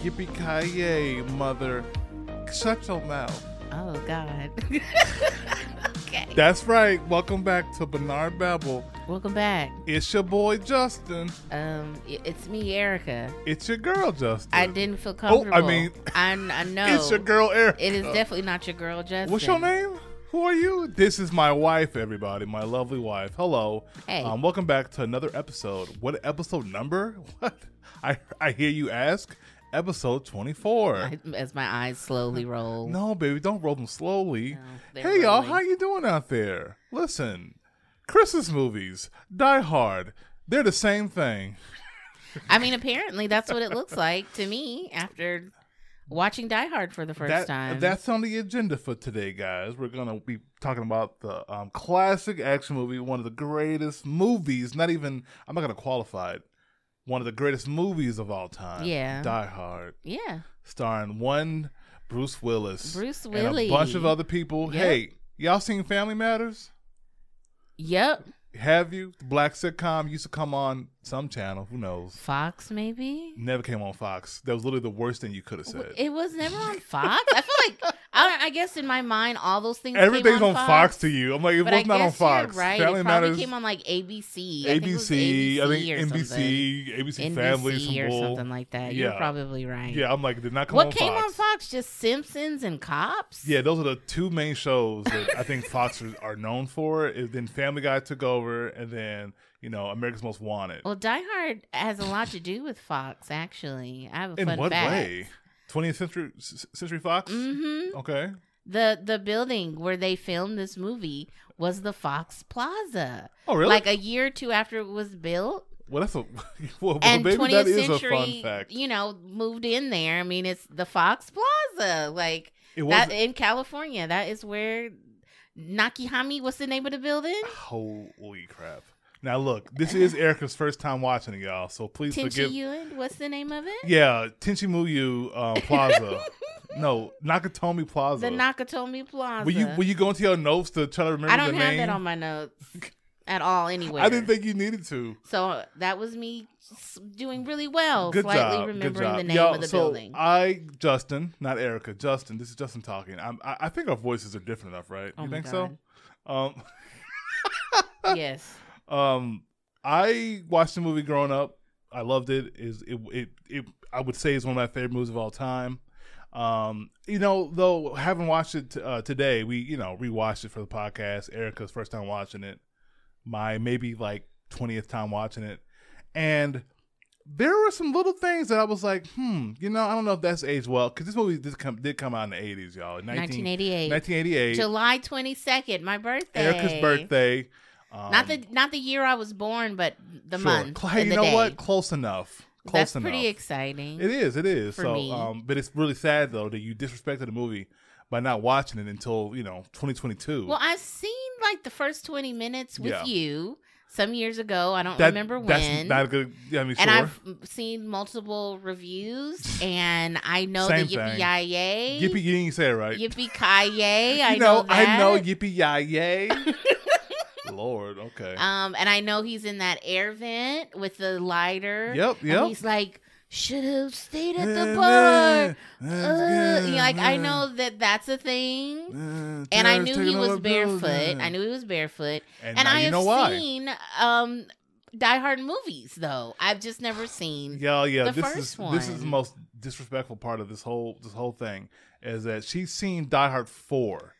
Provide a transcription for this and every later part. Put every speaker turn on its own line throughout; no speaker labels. yippee ki yay, mother. Shut your mouth.
Oh God. okay.
That's right. Welcome back to Bernard Babel.
Welcome back.
It's your boy Justin.
Um, i- it's me, Erica.
It's your girl Justin.
I didn't feel
Oh,
comfortable.
I mean,
I, I know
It's your girl Erica.
It is definitely not your girl, Justin.
What's your name? Who are you? This is my wife, everybody. My lovely wife. Hello.
Hey.
Um, welcome back to another episode. What episode number? What? I I hear you ask. Episode twenty four.
I, as my eyes slowly roll.
No, baby, don't roll them slowly.
No, they're
hey, y'all,
rolling.
how you doing out there? Listen, Christmas movies, Die Hard, they're the same thing.
I mean, apparently that's what it looks like to me after watching Die Hard for the first
That-
time.
That's on the agenda for today, guys. We're gonna be talking about the um, classic action movie, one of the greatest movies. Not even I'm not gonna qualify it. One of the greatest movies of all time.
Yeah.
Die Hard,
yeah.
starring one Bruce Willis,
Bruce
and a
Willis.
bunch of other people.
Yep.
Hey, y'all seen Family Matters?
Yep.
Have you? The black sitcom used to come on some channel. Who knows?
Fox maybe.
Never came on Fox. That was literally the worst thing you could have said.
It was never on Fox. I feel like I, don't, I guess in my mind all those things. came
Everything's
on
on Fox. to you. I'm like, it
But
was
I
not on
guess you're
Fox.
right.
Family
it probably
Matters,
came on like ABC, I think it was
ABC, I think,
or something.
NBC, ABC
NBC
Family, some
or
bull.
something like that. You're
Yeah.
probably right.
Yeah, I'm like, did not come
What
on
came
Fox.
on Fox? Just Simpsons and Cops.
Yeah, those are the two main shows that I think Fox are- are known for. It, then Family Guy took over, and then you know America's Most Wanted.
Well, Die Hard has a lot to do with Fox. Actually, I have a
In
fun
what
fact.
way? 20th century s- century Fox.
hmm
Okay.
The the building where they filmed this movie was the Fox Plaza.
Oh, really?
Like a year or two after it was built,
Well, that's a well,
and
baby, that
20th
is a
century,
fun fact.
you know, moved in there. I mean, it's the Fox Plaza, like
it
that
was.
in California. That is where Nakihami. What's the name of the building?
Holy crap! Now look, this is Erica's first time watching it, y'all. So please
Tenchi
forgive.
Yuen. What's the name of it?
Yeah, Tenchi Muyu um, Plaza. no, Nakatomi Plaza.
The Nakatomi Plaza.
Were you were you going to your notes to try to remember
I don't
the
have
name?
that on my notes at all. Anyway,
I didn't think you needed to.
so. That was me s- doing really well,
Good
slightly
job.
remembering
Good job.
the name
Y'all,
of the
so uh,
building.
I Justin, not Erica. Justin, this is Justin talking. I'm, I I think our voices are different enough, right?
Oh
you
my
think so? Um,
yes,
Um, I watched the movie growing up. I loved it. Is it, it it I would say is one of my favorite movies of all time. Um, you know, though having watched it uh, today, we you know rewatched it for the podcast. Erica's first time watching it. My maybe like twentieth time watching it, and there were some little things that I was like, hmm, you know, I don't know if that's aged well because this movie did come did come out in the eighties, y'all. 19,
1988,
1988,
July 22nd, my birthday.
Erica's birthday. Um,
Not the not the year I was born, but the
Sure.
month.
Cl- Hey,
and
you
the
know
day.
what? Close enough. Close
That's
enough.
pretty exciting.
it is. It is.
for
so,
me.
um, but it's really sad though that you disrespected the movie by not watching it until you know 2022.
Well, I've seen like the first 20 minutes with
Yeah.
you some years ago. I don't
That-
remember when.
That's not a good. Yeah, I mean,
and
sure.
I've seen multiple reviews, and I know
Same
the yippee
thing.
yay yay,
Yippee, you didn't say it right.
yippee ki yay. I
you know, I
that.
know yippee yay. Lord, okay.
Um, and I know he's in that air vent with the lighter.
yep,
and
yep.
he's like, should have stayed at the bar. Uh, you know, like I know that that's a thing. And I knew he was barefoot. I knew he was barefoot.
and,
And
now
I
you
have
know why.
seen um Die Hard movies though. I've just never seen
Yeah, yeah.
the
this
first
is this is the
one.
most disrespectful part of this whole this whole thing is that she's seen Die Hard four.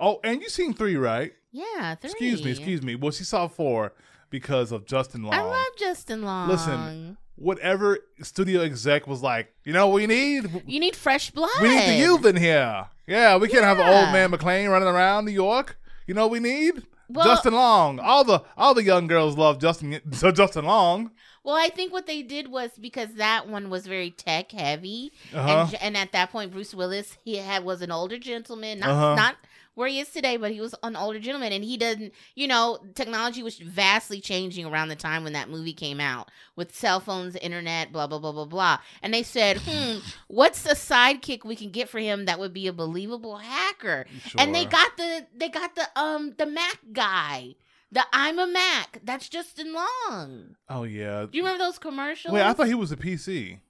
Oh, and you seen three, right?
Yeah, three.
Excuse me, excuse me. Well, she saw four because of Justin Long.
I love Justin Long.
Listen. Whatever studio exec was like, you know, we need
You need fresh blood.
we need the youth in here. Yeah, we can't have
Yeah.
old man McLean running around New York. You know, what we need
Well-
Justin Long. All the all the young girls love Justin Justin Long.
Well, I think what they did was because that one was very tech heavy,
Uh-huh.
and, and at that point, Bruce Willis he had was an older gentleman, not
Uh-huh.
not where he is today, but he was an older gentleman, and he doesn't, you know, technology was vastly changing around the time when that movie came out with cell phones, internet, blah blah blah blah blah, and they said, hmm, what's a sidekick we can get for him that would be a believable hacker? And they
Sure.
got the they got the um the Mac guy. The I'm a Mac. That's Justin Long.
Oh yeah.
Do you remember those commercials?
Wait, I thought he was a PC.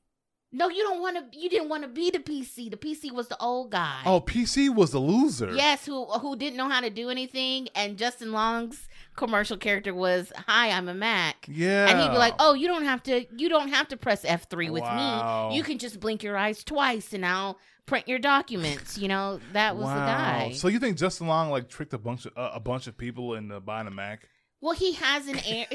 No, you don't want to. You didn't want to be the PC. The PC was the old guy.
Oh, PC was the loser.
Yes, who who didn't know how to do anything, and Justin Long's commercial character was, "Hi, I'm a Mac,"
Yeah.
and he'd be like, "Oh, you don't have to, you don't have to press F three with
Wow.
me. You can just blink your eyes twice, and I'll print your documents." You know, that was the guy.
So you think Justin Long like tricked a bunch of uh, a bunch of people into buying a Mac?
well, he has an air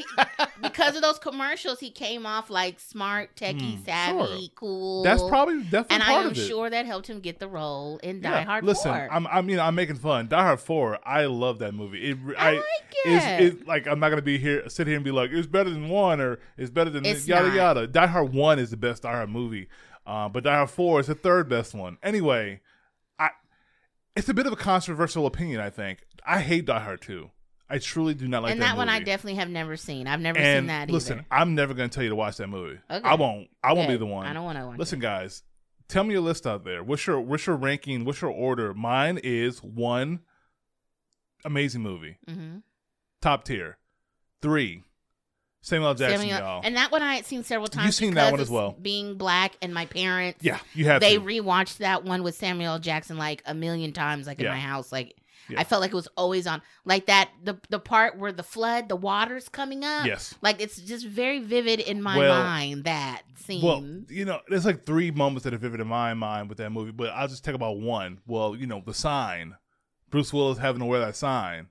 because of those commercials. He came off like smart, techie,
Hmm,
savvy,
sure.
cool.
That's probably definitely
and I
part
am
of it.
sure that helped him get the role in Die
Yeah.
Hard.
Listen,
4.
I'm I mean I'm making fun. Die Hard Four. I love that movie. It re-
I
I,
like it.
it's, it's like I'm not gonna be here sit here and be like it's better than one or it's better than
It's
yada
not.
yada. Die Hard One is the best Die Hard movie, uh, but Die Hard Four is the third best one. Anyway, I it's a bit of a controversial opinion. I think I hate Die Hard Two. I truly do not like
and
that,
that, one I
movie.
definitely have never seen. I've never
and
seen that
listen,
either.
I'm never gonna tell you to watch that movie.
Okay.
I won't. I won't be
Good.
the one.
I don't want to watch.
Listen, guys, tell me your list out there. What's your what's your ranking? What's your order? Mine is one amazing movie,
hmm
top tier. Three, Samuel L. Jackson, y'all.
and that one I had seen several times.
You've seen that
because
one as
of
well.
Being black and my parents,
yeah, you have
they
to.
rewatched that one with Samuel L. Jackson like a million times, like in
Yeah.
my house. Like
Yeah.
I felt like it was always on. Like that the the part where the flood, the water's coming up.
yes.
Like it's just very vivid in my
Well-
mind that scene.
Well, you know, there's like three moments that are vivid in my mind with that movie, but I'll just talk about one. Well, you know, the sign. Bruce Willis having to wear that sign.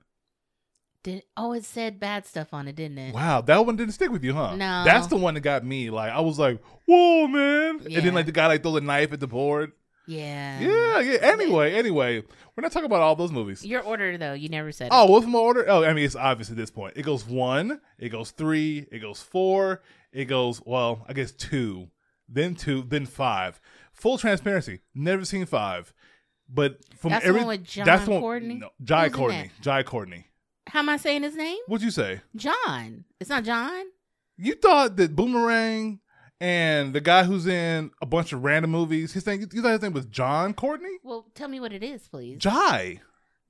Did, oh, it said bad stuff on it, didn't it?
Wow, that one didn't stick with you, huh?
No.
That's the one that got me. Like, I was like, whoa, man. And
Yeah.
then, like, the guy, like, throw the knife at the board.
Yeah.
Yeah, yeah. Anyway, anyway, we're not talking about all those movies.
Your order though, you never said.
Oh, what's my order? Oh, I mean, it's obvious at this point. It goes one, it goes three, it goes four, it goes well, I guess two, then two, then five. Full transparency, never seen five, but from
That's the
every
one with John
that's the one,
Courtney?
no, Jai
Who's in
Courtney, Jai Courtney.
it. How am I saying his name?
What'd you say?
John. It's not John.
You thought that Boomerang and the guy who's in a bunch of random movies, his name, you thought his name was John Courtney?
Well, tell me what it is, please.
Jai.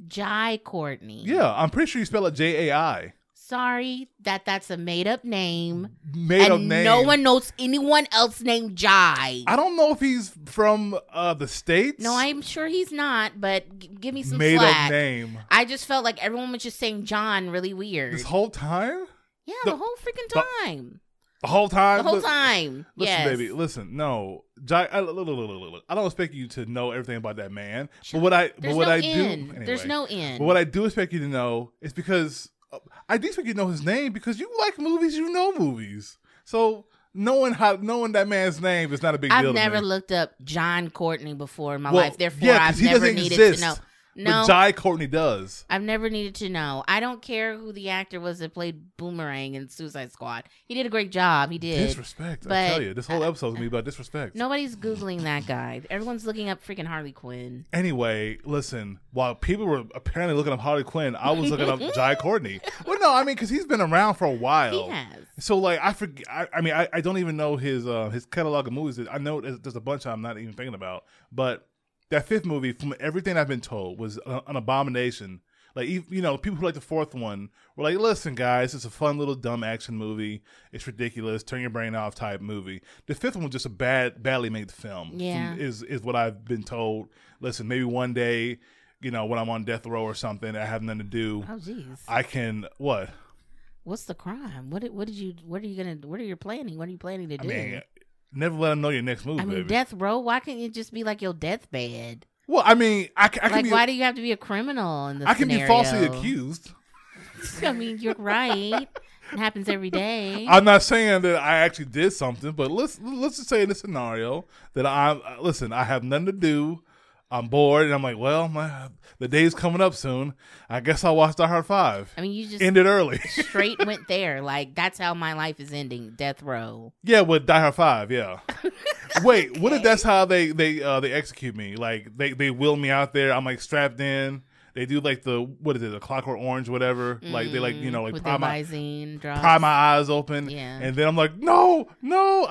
Jai Courtney.
Yeah, I'm pretty sure you spell it J A I.
Sorry that that's a made up name.
made up
and
name.
no one knows anyone else named Jai.
I don't know if he's from uh, the states.
no, I'm sure he's not, but g- give me some
made
slack.
up name
I just felt like everyone was just saying John really weird.
this whole time.
yeah,
the-
the, whole freaking
the-
time.
The whole time.
The whole
Li-
time.
Listen,
yes.
baby. Listen, no. Jai, I, look, look, look, look, look, look. I don't expect you to know everything about that man. But what I
There's
but what
no
I
end.
do anyway,
There's no end.
But what I do expect you to know is because uh, I do expect you to know his name because you like movies. You know movies. So knowing how knowing that man's name is not a big deal.
I've
to me.
never looked up John Courtney before in my
Well,
life. Therefore,
yeah, 'cause
I've
he
never
doesn't
needed
exist,
to know. No,
But Jai Courtney does.
I've never needed to know. I don't care who the actor was that played Boomerang in Suicide Squad. He did a great job. He did.
Disrespect. I
But-
tell you, this whole episode's gonna be about disrespect.
Nobody's googling that guy. Everyone's looking up freaking Harley Quinn.
Anyway, listen, while people were apparently looking up Harley Quinn, I was looking up Jai Courtney. Well, no, I mean, because he's been around for a while.
He has.
So, like, I forget. I, I mean, I, I don't even know his uh, his catalog of movies. I know there's, there's a bunch I'm not even thinking about. But that fifth movie, from everything I've been told, was a, an abomination. Like, ev- you know, people who like the fourth one were like, listen, guys, it's a fun little dumb action movie. It's ridiculous. Turn your brain off type movie. The fifth one was just a bad, badly made film from-
Yeah.
is is what I've been told. Listen, maybe one day, you know, when I'm on death row or something, I have nothing to do.
Oh jeez.
I can what?
What's the crime? What did, what did you what are you gonna what are you planning? What are you planning to
I
do?
mean, never let them know your next move,
I mean,
baby.
death row. Why can't it just be like your deathbed?
well, I mean, I, ca- I can
Like,
be
why do you have to be a criminal in this?
I can be falsely
scenario?
accused.
I mean, you're right. it happens every day.
I'm not saying that I actually did something, but let's let's just say in this scenario that I'm uh, listen. I have nothing to do. I'm bored, and I'm like, well, my, the day's coming up soon. I guess I'll watch Die Hard Five.
I mean, you just
Ended early.
straight went there. Like that's how my life is ending. Death row.
Yeah, with Die Hard Five. Yeah. Wait, what if that's how they they uh, they execute me? Like they they wheel me out there. I'm like strapped in. They do like the what is it, the Clockwork Orange, whatever. Like they like you know like
Mm, with
pry
the
my,
lysine drugs.
pry my eyes open.
Yeah.
And then I'm like, no, no.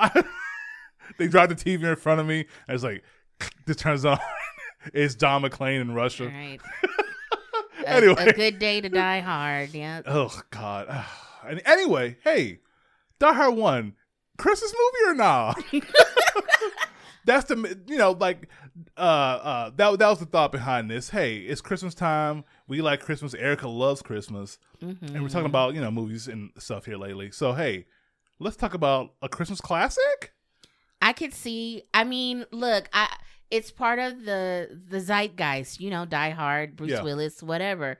they drop the TV in front of me. I was like, this turns on. it's John McClane in
All
Russia.
right. A-
Anyway.
a, good day to die hard. Yeah.
Oh God. And anyway, hey, Die Hard One, Christmas movie or nah? that's the you know like uh uh that that was the thought behind this. Hey, it's Christmas time. We like Christmas. Erica loves Christmas, and we're
Mm-hmm.
talking about you know movies and stuff here lately. So hey, let's talk about a Christmas classic.
I could see. I mean, look, I it's part of the the zeitgeist, you know, Die Hard, Bruce
Yeah.
Willis, whatever,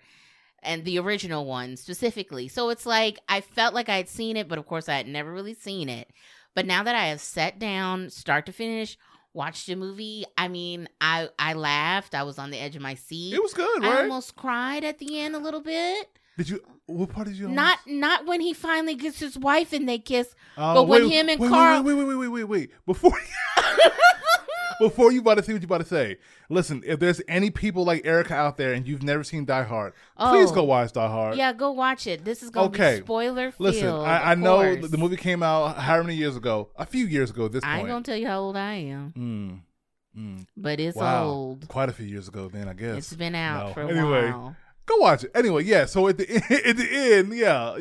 and the original one specifically. So it's like I felt like I had seen it, but of course I had never really seen it. But now that I have sat down, start to finish, watched the movie, I mean, I I laughed. I was on the edge of my seat.
It was good,
I
right?
almost cried at the end a little bit.
Did you? What part did you? almost-
Not not when he finally gets his wife and they kiss.
Oh,
but when him and
wait,
Carl-
Wait, wait, wait, wait, wait, wait. Before before you about to see what you about to say, listen. If there's any people like Erica out there and you've never seen Die Hard, please
Oh.
go watch Die Hard.
Yeah, go watch it. This is gonna
Okay.
be spoiler
Listen,
filled.
I, I
of
know
course.
the movie came out how many years ago? A few years ago at this
I ain't
point.
gonna tell you how old I am,
Mm. Mm.
but it's
Wow.
old.
Quite a few years ago then, I guess.
It's been out
No.
for a
Anyway.
while.
Go watch it. Anyway, yeah, so at the at the end, yeah, uh,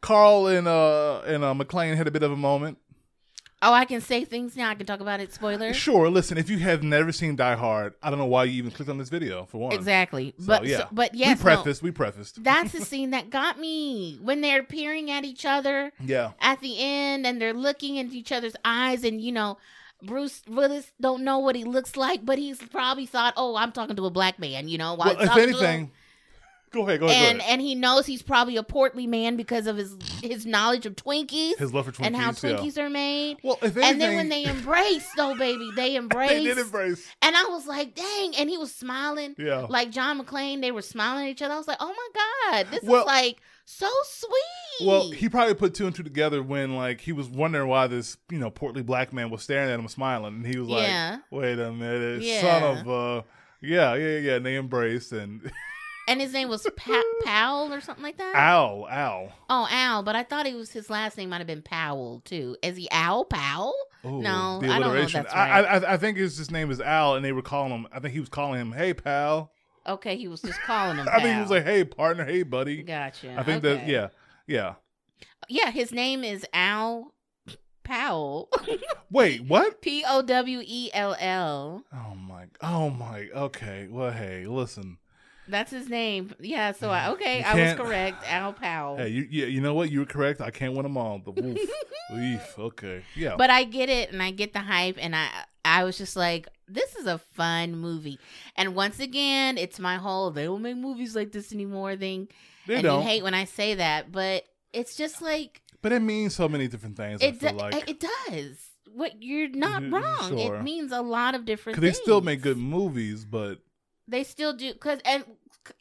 Carl and uh and uh McLean had a bit of a moment.
Oh, I can say things now. I can talk about it. Spoiler.
Sure, listen, if you have never seen Die Hard, I don't know why you even clicked on this video for one.
Exactly.
So,
but
yeah.
so- but yes,
we
no.
prefaced, we prefaced.
that's the scene that got me when they're peering at each other
Yeah.
at the end and they're looking into each other's eyes and you know. Bruce Willis don't know what he looks like, but he's probably thought, "Oh, I'm talking to a black man," you know. while
Well,
he's
if
talking to a-
anything, go ahead, go ahead,
and
go ahead.
and he knows he's probably a portly man because of his his knowledge of Twinkies,
His love for Twinkies.
and how
yeah.
Twinkies are made.
Well, if anything,
And then when they embrace, though, baby, they embrace.
they did embrace.
And I was like, dang. And he was smiling.
Yeah.
Like John McClane, they were smiling at each other. I was like, oh my God, this
Well-
is like so sweet.
Well, he probably put two and two together when like he was wondering why this you know portly black man was staring at him smiling, and he was like,
Yeah.
"Wait a minute, son
Yeah.
of a." Yeah, yeah, yeah. And they embraced and
And his name was pa- Powell or something like that.
ow, ow.
Oh, Al. But I thought it was his last name might have been Powell, too. Is he Al Powell?
Ooh,
No, I don't know if that's
I,
right.
I, I think his, his name is Al, and they were calling him. I think he was calling him, "Hey, pal."
Okay, he was just calling him.
I think he was
Powell.
like, "Hey, partner. Hey, buddy."
Gotcha.
I think that.
Okay.
Yeah, yeah.
Yeah, his name is Al Powell.
Wait, what?
P O W E L L.
Oh my. Oh my. Okay. Well, hey, listen.
That's his name. Yeah, so
Yeah.
I okay,
Mm-hmm. You
I was
can't-
correct. Al Powell.
Hey, you, you, you know what? You were correct. I can't win them all. The woof. Oof. Okay. Yeah.
But I get it and I get the hype and I I was just like, this is a fun movie. And once again, it's my whole they don't make movies like this anymore thing.
they
and
don't.
you hate when I say that, but it's just like
but it means so many different things. I
it
feel
do-
like.
it does. What you're not
Mhm,
wrong.
sure.
It means a lot of different
'Cause
things.
they still make good movies, but
They still do because and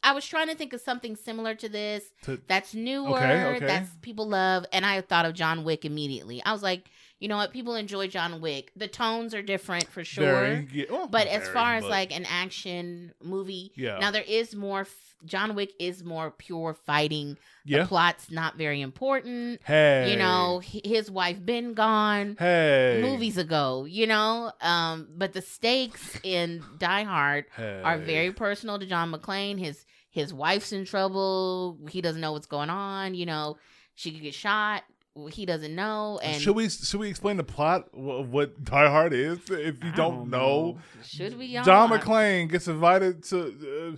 I was trying to think of something similar to this
to,
that's newer
okay.
that's people love, and I thought of John Wick immediately. I was like, you know what, people enjoy John Wick. The tones are different for sure,
very ge- well,
but
not
as
very,
far as
but-
like an action movie,
yeah,
now there is more. F- John Wick is more pure fighting.
yeah.
The plot's not very important.
Hey,
You know, h- his wife been gone
hey,
movies ago. You know, um, but the stakes in Die Hard
hey.
are very personal to John McClane. His his wife's in trouble. He doesn't know what's going on. You know, she could get shot. He doesn't know. And
should we should we explain the plot of what Die Hard is if you
I
don't know?
should we? y'all?
John McClane gets invited to uh,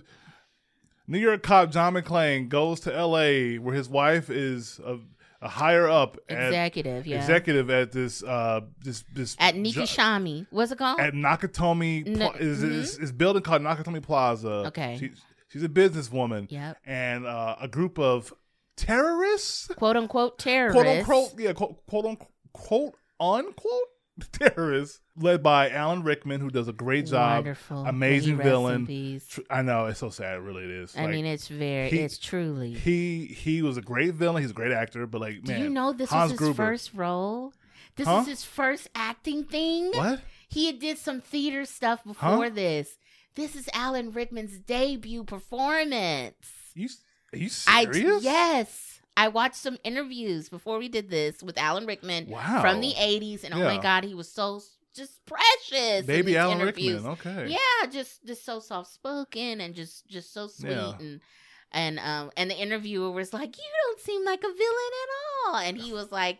New York cop John McClane goes to L.A. where his wife is a, a higher up at,
executive, yeah,
executive at this uh this this
at Nikki
jo-
Shami. What's it called?
at Nakatomi
N- mm-hmm.
Pla- is, is is building called Nakatomi Plaza.
Okay.
she, she's a businesswoman
yep,
and uh, a group of terrorists,
quote unquote terrorist.
quote unquote, yeah, quote, quote unquote, quote unquote terrorists led by Alan Rickman, who does a great job.
Wonderful,
Amazing
May he rest in
villain.
peace.
Tr- I know it's so sad. It really is.
I
Like,
mean, it's very,
he-
it's truly.
he he was a great villain. He's a great actor, but like man,
Do you know this
Hans
was his
Gruber.
first role? This
Huh?
is his first acting thing.
what?
He had did some theater stuff before this. This is Alan Rickman's debut performance.
You are you
I
serious?
yes, I watched some interviews before we did this with Alan Rickman
Wow.
from the '80s, and oh my
Yeah.
God, he was so s- just precious. in
Baby
these
Alan
interviews.
Rickman. Okay.
Yeah, just just so soft spoken and just just so sweet
Yeah.
and and um and the interviewer was like, "You don't seem like a villain at oh, and he was like,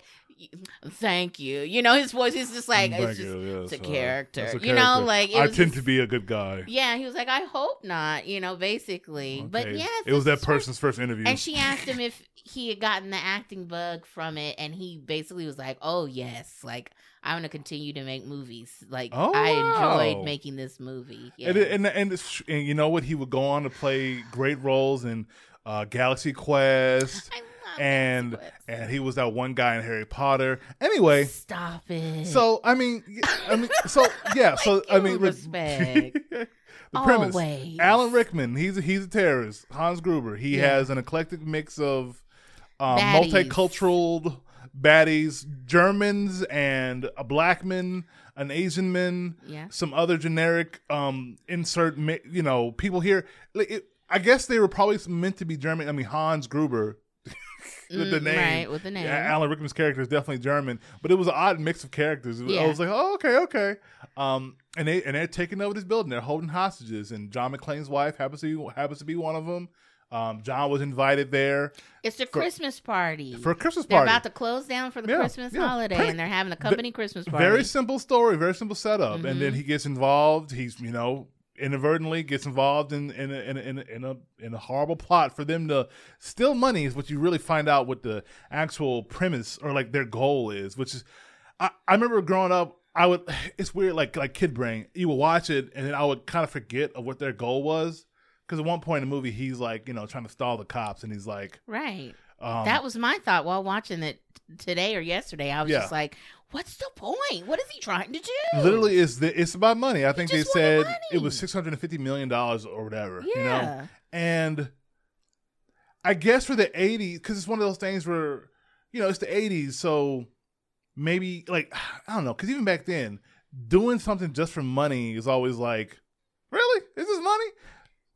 thank you. You know, his voice is just
Mm,
like, it's just, it's a character. You know, like, it
I
was
tend
just-
to be a good guy.
yeah, he was like, I hope not, you know, basically. But
Okay.
yeah,
it was
this
that
is where-
person's first interview.
And she asked him if he had gotten the acting bug from it, and he basically was like, "Oh yes, like I'm gonna continue to make movies. Like
Oh,
I
wow.
enjoyed making this movie." Yeah.
And, it- and and it's- and you know what? He would go on to play great roles in uh, Galaxy Quest,
I love
and
Nancy Woods.
and he was that one guy in Harry Potter. Anyway,
stop it.
so I mean, I mean, so yeah, so
Like,
I
give
mean,
him
re-
respect.
the premise:
Always.
Alan Rickman, he's a, he's a terrorist. Hans Gruber, he
Yeah.
has an eclectic mix of um,
Baddies.
multicultural baddies, Germans and a black man, an Asian man,
Yeah.
some other generic um, insert, mi- you know, people here. Like, it, I guess they were probably meant to be German. I mean, Hans Gruber. with the
Mm,
name.
right with the name.
Yeah, Alan Rickman's character is definitely German, but it was an odd mix of characters. It was- I
Yeah.
was like, oh, okay, okay. Um, and they and they're taking over this building. They're holding hostages, and John McClane's wife happens to be, happens to be one of them. Um, John was invited there
it's the Christmas party.
for a Christmas
they're
party.
about to close down for the
Yeah,
Christmas
yeah.
holiday,
Pretty-
and they're having a company Christmas party.
Very simple story, very simple setup, and then
Mhm.
he gets involved. He's you know inadvertently gets involved in in a, in a, in a, in a in a horrible plot for them to steal money is what you really find out what the actual premise or like their goal is, which is I, I remember growing up. I would it's weird like like Kid Brain. You would watch it and then I would kind of forget of what their goal was because at one point in the movie he's like you know trying to stall the cops and he's like
right.
um,
that was my thought while watching it t- today or yesterday. I was
Yeah.
just like, "What's the point? What is he trying to do?"
Literally, is the it's about money. I think they
just wanted
said it
money.
was six hundred and fifty million dollars or whatever.
yeah.
You know, and I guess for the '80s, because it's one of those things where you know it's the '80s, so maybe like I don't know, because even back then, doing something just for money is always like, really, is this money?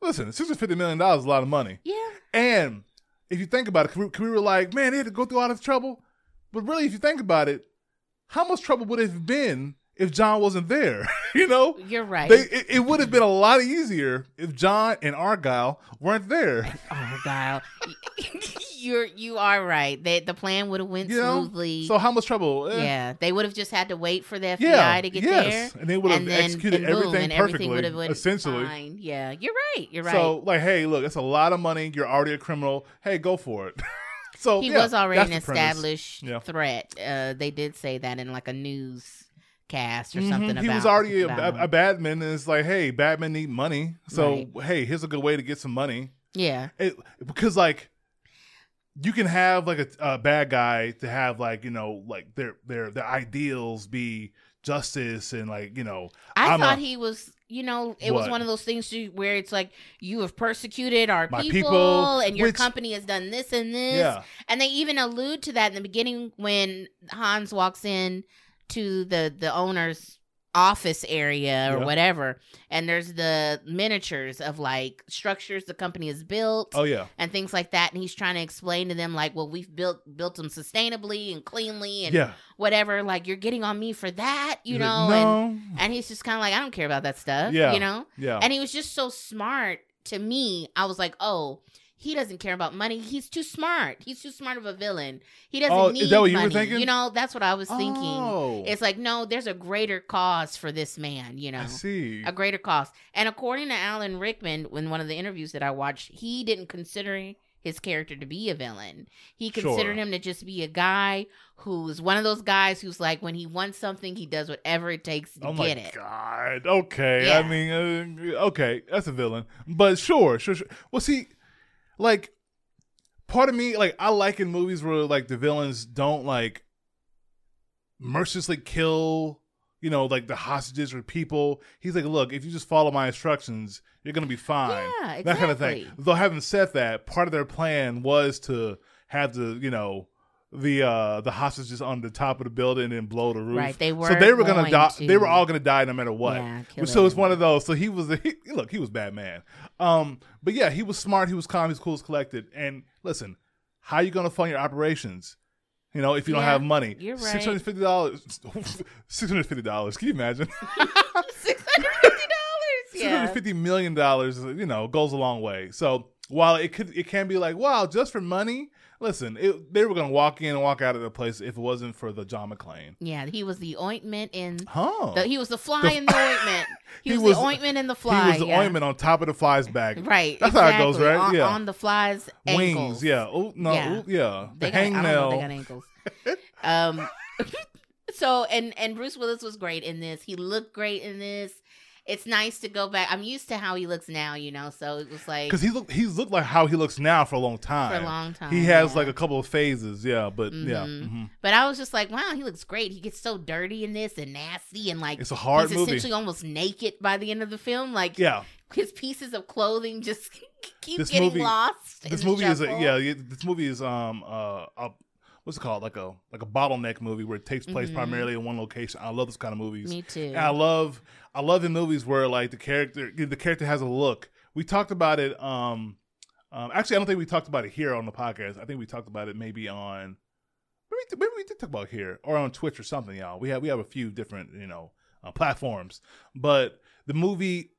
Listen, six hundred fifty million dollars is a lot of money.
Yeah.
And if you think about it, 'cause we, 'cause we were like, man, they had to go through all this trouble. But really, if you think about it, how much trouble would it have been if John wasn't there? you know,
You're right.
they, it, it would have been a lot easier if John and Argyle weren't there.
oh God, you're you are right. They, the plan would have went
You know?
smoothly.
So how much trouble? Eh,
yeah, they would have just had to wait for the FBI
yeah,
to get
yes,
there,
and they would have
and then
executed
and
everything
boom, and
perfectly,
everything would have went
essentially.
Fine. Yeah, you're right. You're right.
So like, hey, look, it's a lot of money. You're already a criminal. Hey, go for it. so
he
yeah,
was already
that's
an
the premise.
established
Yeah.
threat. Uh, they did say that in like a news cast or
Mhm.
something. About,
he was already a,
about
a,
him.
a Batman, and it's like, hey, Batman need money, so hey, here's a good way to get some money.
yeah.
It, because like, you can have like a, a bad guy to have like you know like their their their ideals be justice and like you know
I
I'm
thought
a-
he was, you know, it
What?
was one of those things to- where it's like you have persecuted our
My
people,
people,
and your
which-
company has done this and this,
yeah
and they even allude to that in the beginning when Hans walks in to the the owner's office area or
Yeah.
whatever, and there's the miniatures of like structures the company has built.
oh yeah
And things like that, and he's trying to explain to them like, well, we've built built them sustainably and cleanly and
yeah
whatever. Like you're getting on me for that, you
He's like,
know? And
no
and he's just kind of like, I don't care about that stuff.
Yeah.
You know?
yeah
And he was just so smart to me. I was like, oh, he doesn't care about money. He's too smart. He's too smart of a villain. He doesn't
Oh, is
need
that what you were
money.
thinking?
You know, that's what I was thinking.
oh,
It's like, no, there's a greater cause for this man, you know?
I see
A greater cause. And according to Alan Rickman, in one of the interviews that I watched, he didn't consider his character to be a villain. He
Sure.
considered him to just be a guy who's one of those guys who's like, when he wants something, he does whatever it takes to
oh
get
my
it.
god okay I
Yeah.
mean uh, okay that's a villain but sure sure sure well see like part of me like I like in movies where like the villains don't like mercilessly kill you know like the hostages or people he's like look if you just follow my instructions you're gonna be fine
Yeah,
that kind of thing
exactly.
though having said that part of their plan was to have the you know the uh the hostages on the top of the building and blow the roof
Right, they
so
were
they were gonna
going
die they were
to-
all gonna die no matter what
Yeah,
so
kill
it's one of those so he was he, look he was bad man um but yeah he was smart he was calm he was cool he was collected and listen how you gonna fund your operations you know if you don't
Yeah,
have money
you're right.
$650 $650 can you imagine
Six hundred fifty dollars.
Six hundred
Yeah.
fifty million dollars, you know, goes a long way. So while it could it can be like wow just for money listen it, they were gonna walk in and walk out of the place if it wasn't for the john mcclane
Yeah, he was the ointment in.
huh
The, he was the fly in the ointment. He,
Oh. He
was,
was-
the ointment in the
he
fly.
was the
yeah.
ointment on top of the fly's back
Right.
That's how it
exactly.
goes, right?
On,
Yeah.
on the fly's
wings
ankles.
yeah oh no
Yeah.
ooh, yeah.
They
the
got, I don't know if they got
hangnail
ankles. um, so and and Bruce Willis was great in this. He looked great in this. It's nice to go back. I'm used to how he looks now, you know. So it was like
because he looked he's looked like how he looks now for a long
for
time
a long time.
he has
yeah.
like a couple of phases yeah but yeah
Mhm.
mhm.
But I was just like, wow, he looks great. He gets so dirty in this and nasty and like
it's a hard
he's
movie
essentially almost naked by the end of the film. Like
yeah
his pieces of clothing just keep
This
getting
movie-
lost. in
this
the
movie is a,
shuffle.
yeah yeah, this movie is um uh a, what's it called like a like a bottleneck movie where it takes place
Mhm.
primarily in one location i love those kind of movies
Me too.
And I love I love in movies where like the character the character has a look. We talked about it. Um, um actually, I don't think we talked about it here on the podcast. I think we talked about it maybe on maybe, maybe we did talk about it here or on Twitch or something, y'all. We have we have a few different you know uh, platforms, but the movie.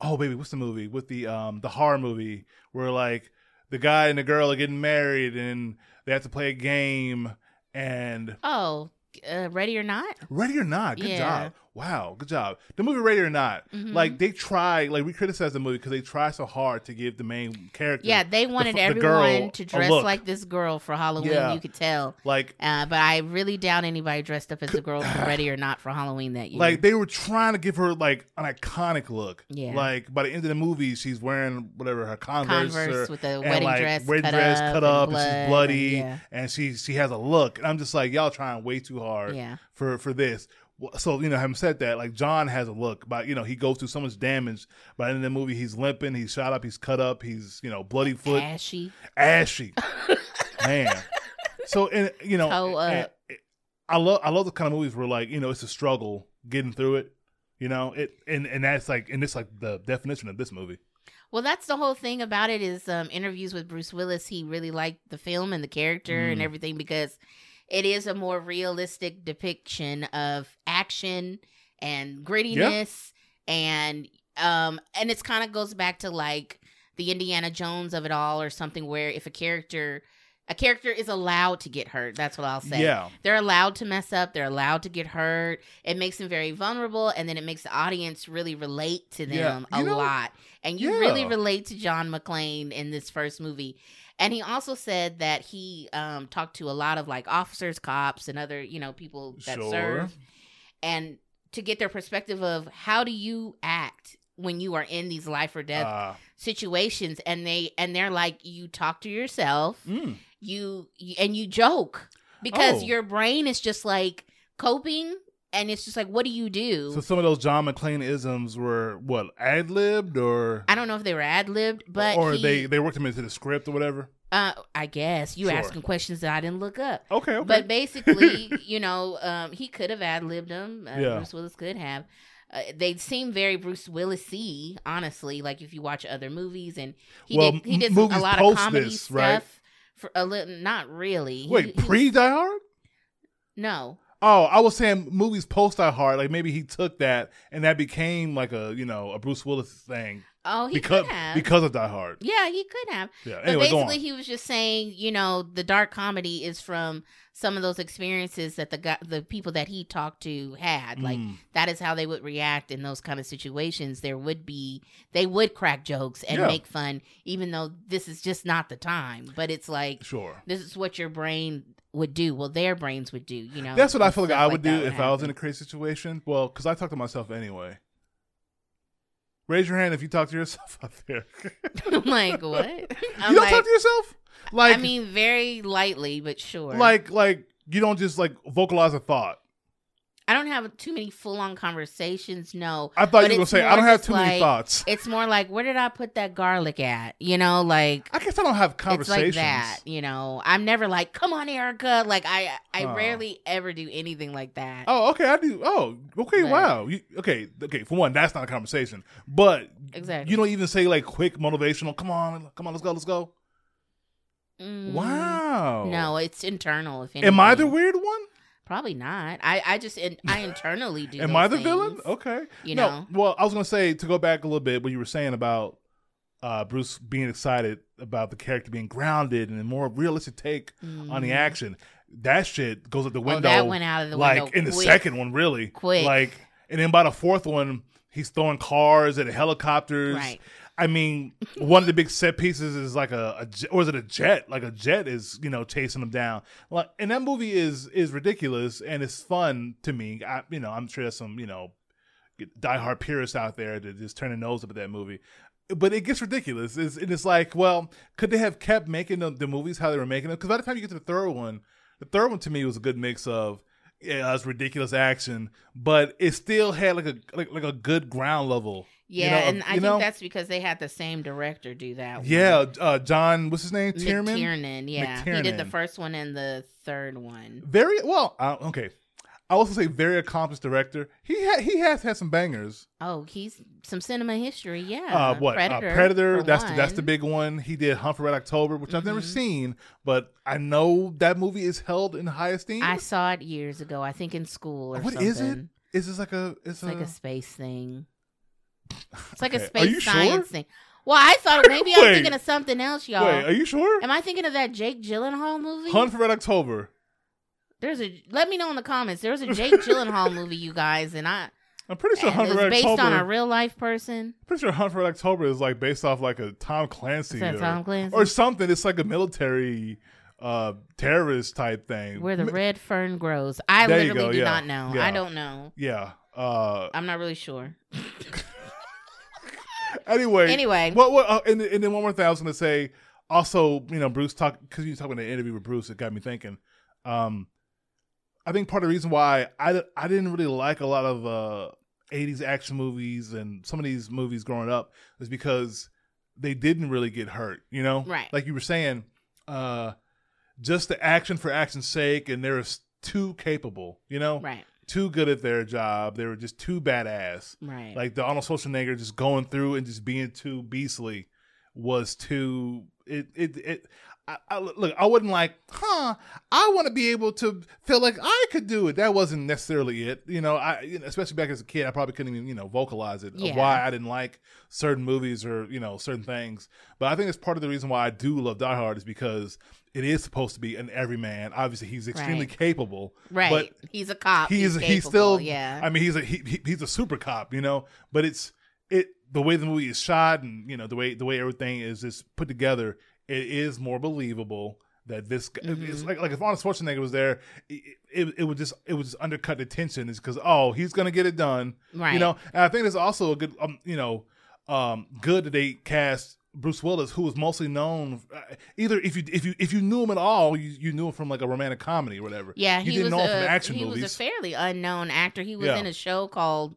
Oh baby, what's the movie with the um the horror movie where like the guy and the girl are getting married and they have to play a game and
oh, uh, ready or not?
Ready or Not. Good
Yeah.
job. Wow, good job. The movie Ready or Not.
Mhm.
Like they try, like we criticize the movie because they try so hard to give the main character.
Yeah, they wanted
the girl
everyone to
a
dress
look.
like this girl for Halloween.
Yeah.
You could tell,
Like,
uh, but I really doubt anybody dressed up as a girl for Ready or Not for Halloween that year.
like they were trying to give her like an iconic look.
Yeah.
Like by the end of the movie, she's wearing whatever her Converse,
Converse
or,
with a
and,
wedding
like,
dress,
wedding
cut
dress
up,
cut
and
up,
blood,
and
and
she's bloody,
yeah.
and she she has a look, and I'm just like, y'all trying way too hard.
yeah,
for for this. Wh- So you know, having said that, like John has a look, but you know he goes through so much damage. By the end of the movie, he's limping, he's shot up, he's cut up, he's you know bloody foot,
ashy.
ashy, man. So and you know,
Toe
Oh, and-
up.
I love I love the kind of movies where like you know it's a struggle getting through it. You know it, and and that's like and it's like the definition of this movie.
Well, that's the whole thing about it is um, interviews with Bruce Willis. He really liked the film and the character and
Mm.
everything because it is a more realistic depiction of action and grittiness and um and it's kind of goes back to like the Indiana Jones of it all or something where if a character a character is allowed to get hurt, that's what I'll say.
Yeah,
They're allowed to mess up. They're allowed to get hurt. It makes them very vulnerable, and then it makes the audience really relate to
Yeah.
them
You
a
know-
lot. And you
Yeah.
really relate to John McClane in this first movie. And he also said that he um, talked to a lot of like officers, cops, and other you know people that
Sure.
serve, and to get their perspective of how do you act when you are in these life or death
uh,
situations. And they and they're like, you talk to yourself
mm,
you you- and you joke because
Oh.
your brain is just like coping and it's just like what do you do
So some of those John McClane isms were what ad libbed or
i don't know if they were ad-libbed but
or
he-
they they worked them into the script or whatever.
uh i guess you
Sure.
asking questions that i didn't look up
Okay, okay.
but basically you know um he could have ad-libbed them uh,
Yeah.
bruce willis could have uh, they seem very Bruce Willis-y, honestly. Like if you watch other movies, and he
Well,
did he did
m-
some, a
movies
lot of
post
comedy
this,
stuff.
right?
For a little, not really. He-
Wait,
he-
pre Die Hard?
no,
Oh, I was saying movies post Die Hard. Like maybe he took that and that became like a you know a Bruce Willis thing
oh, he
because
could have.
because of Die Hard.
yeah, he could have.
Yeah.
But
Anyway, go on.
basically, he was just saying, you know, the dark comedy is from some of those experiences that the guy, the people that he talked to had. Like
Mm,
that is how they would react in those kind of situations. There would be they would crack jokes and
Yeah.
make fun, even though this is just not the time. But it's like
sure.
this is what your brain would do. Well, their brains would do. You know,
That's what I
and
feel like
stuff
I would
that
do if I was in a
happen.
crazy situation. Well, because I talk to myself anyway. Raise your hand if you talk to yourself out there.
I'm like what? I'm
you don't
like,
talk to yourself. Like
I mean, very lightly, but sure.
like like you don't just like vocalize a thought.
I don't have too many full on conversations. No,
I thought
But
you were gonna
it's
say I
more
don't have
just
too many
like-
thoughts.
It's more like where did I put that garlic at? You know, like
I guess I don't have
it's
conversations.
like that. You know, I'm never like, come on, Erica. Like I, I
Huh.
rarely ever do anything like that.
Oh, okay. I do. Oh, okay.
Right.
Wow. You, okay. Okay. For one, that's not a conversation. But
Exactly.
you don't even say like quick motivational. Come on. Come on. Let's go. Let's go.
Mm,
Wow.
No, it's internal. If anything.
Am I the weird one?
Probably not. I, I just, in, I internally do.
Am
those
I the
things,
villain? Okay.
You
no.
know.
Well, I was gonna say to go back a little bit what you were saying about uh, Bruce being excited about the character being grounded and a more realistic take on the action. That shit goes out the
Mm-hmm. Oh,
window.
Mm. that went out of the
like
window.
in the
quick.
second one, really
Quick.
Like, and then by the fourth one, he's throwing cars and helicopters.
Right.
I mean, one of the big set pieces is like a, a jet, or is it a jet? Like a jet is you know chasing him down. Like, and that movie is is ridiculous and it's fun to me. I you know I'm sure there's some you know diehard purists out there that just turn their nose up at that movie. But it gets ridiculous. It's, and it's like, well, could they have kept making the, the movies how they were making them? Because by the time you get to the third one, the third one to me was a good mix of yeah, it's ridiculous action, but it still had like a like, like a good ground level. you
Yeah,
know,
and
you
I think
know?
that's because they had the same director do that. one.
Yeah, uh, John, what's his name?
Nick
Tierman.
Tiernan, yeah, he did the
McTiernan.
first one and the third one.
Very well. Uh, okay, I also say very accomplished director. He ha- he has had some bangers.
Oh, he's some cinema history. Yeah,
uh, what predator? Uh,
for
predator that's the, that's the
one.
big one. He did Hunt for Red October, which I've never
Mhm.
seen, but I know that movie is held in high esteem.
I saw it years ago. I think in school or
What
something.
is it? is this like a? It's,
It's like
a
a space thing. It's like
Okay.
a
Are
space
you sure?
science thing. Well, I thought maybe I'm
Wait.
thinking of something else, y'all.
Wait, are you sure?
Am I thinking of that Jake Gyllenhaal movie?
Hunt for Red October.
There's a. Let me know in the comments. There was a Jake Gyllenhaal movie, you guys, and I.
I'm pretty sure
and
Hunt
it
for
was
Red
based
October.
on a real life person.
pretty sure Hunt for Red October is like based off like a Tom Clancy
Is that
or,
Tom Clancy?
or something. It's like a military uh terrorist type thing.
Where the
M-
red fern grows. I
There you
literally
go,
do
yeah,
not know.
yeah.
I don't know.
yeah. Uh.
I'm not really sure.
Anyway.
Anyway,
Well, well uh, and, and then one more thing I was going to say. Also, you know, Bruce talk because you talking in the interview with Bruce, it got me thinking. Um, I think part of the reason why I, di- I didn't really like a lot of uh, 80s action movies and some of these movies growing up was because they didn't really get hurt, you know?
Right.
Like you were saying, uh, just the action for action's sake, and they're s- too capable, you know?
right,
Too good at their job. They were just too badass
right.
like the Arnold Schwarzenegger just going through and just being too beastly was too it it it. I, I, look, I wasn't like, huh. I want to be able to feel like I could do it. That wasn't necessarily it, you know. I, you know, especially back as a kid, I probably couldn't even, you know, vocalize it
Yeah.
of why I didn't like certain movies or you know certain things. But I think it's part of the reason why I do love Die Hard is because it is supposed to be an everyman. Obviously, he's extremely
Right.
capable,
right.
But
he's a cop.
he's
He's
he's,
capable,
still
yeah.
I mean he's a he, he- he's a super cop, you know. But it's it the way the movie is shot and you know the way the way everything is just put together. It is more believable that this guy it's
Mhm.
like like if Arnold Schwarzenegger was there, it, it it would just it would just undercut the tension. Is because oh he's gonna get it done,
right.
you know. And I think it's also a good um you know um good that they cast. Bruce Willis, who was mostly known, uh, either if you if you if you knew him at all, you, you knew him from like a romantic comedy or whatever.
yeah,
you
he
didn't
was
know him
a,
from action
he was
movies.
a fairly unknown actor. He was
Yeah.
in a show called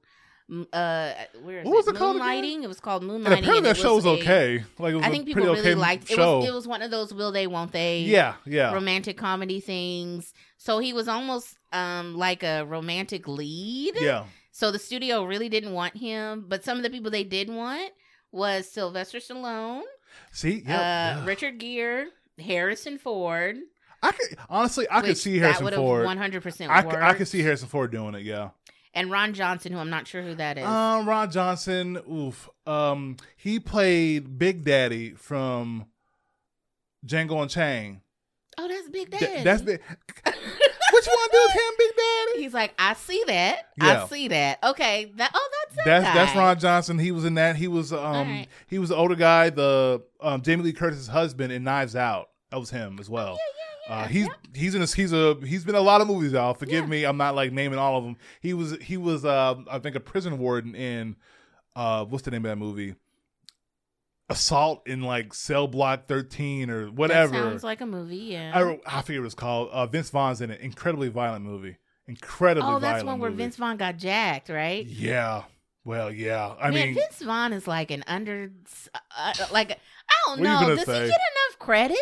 mm, uh where is
What was
it?
it called again?
Moonlighting. It was called
And
Moonlighting.
apparently
and
that
it
show was
a-
okay. Like it was
I
a
think people
pretty
really
okay
liked it.
show.
Was, it was one of those will they won't they
yeah, yeah.
romantic comedy things. So he was almost um like a romantic lead.
yeah.
So the studio really didn't want him, but some of the people they did want was Sylvester Stallone,
See,
uh,
yeah. yeah.
Richard Gere, Harrison Ford.
I could honestly, I could
which
see Harrison
that
Ford.
One hundred percent.
I could, I could see Harrison Ford doing it. Yeah.
and Ron Johnson, who I'm not sure who that is.
Um, Ron Johnson. Oof. Um, he played Big Daddy from Django and Chain.
oh, that's Big
Th-
Daddy.
that's big. Which one dude's him, Big Daddy?
He's like, I see that.
Yeah.
I see that. Okay. That. Oh, that's that
That's
guy.
that's Ron Johnson. He was in that. He was um
right.
he was the older guy, the um Jamie Lee Curtis's husband in Knives Out. That was him as
Oh,
well. Uh, he's he's in a, he's a he's been in a lot of movies y'all. Forgive
Yeah.
me, I'm not like naming all of them. He was he was uh, I think a prison warden in uh what's the name of that movie? Assault in like Cell Block 13 or whatever.
That sounds like a movie. Yeah.
I I forget what it's called. Uh, Vince Vaughn's in it. Incredibly violent movie. Incredibly
oh,
violent.
that's one where
movie.
Vince Vaughn got jacked, right?
Yeah. Well, yeah. I
Man,
mean,
Vince Vaughn is like an under, uh, like I don't
What are you
know.
gonna
Does
say?
he get enough credit?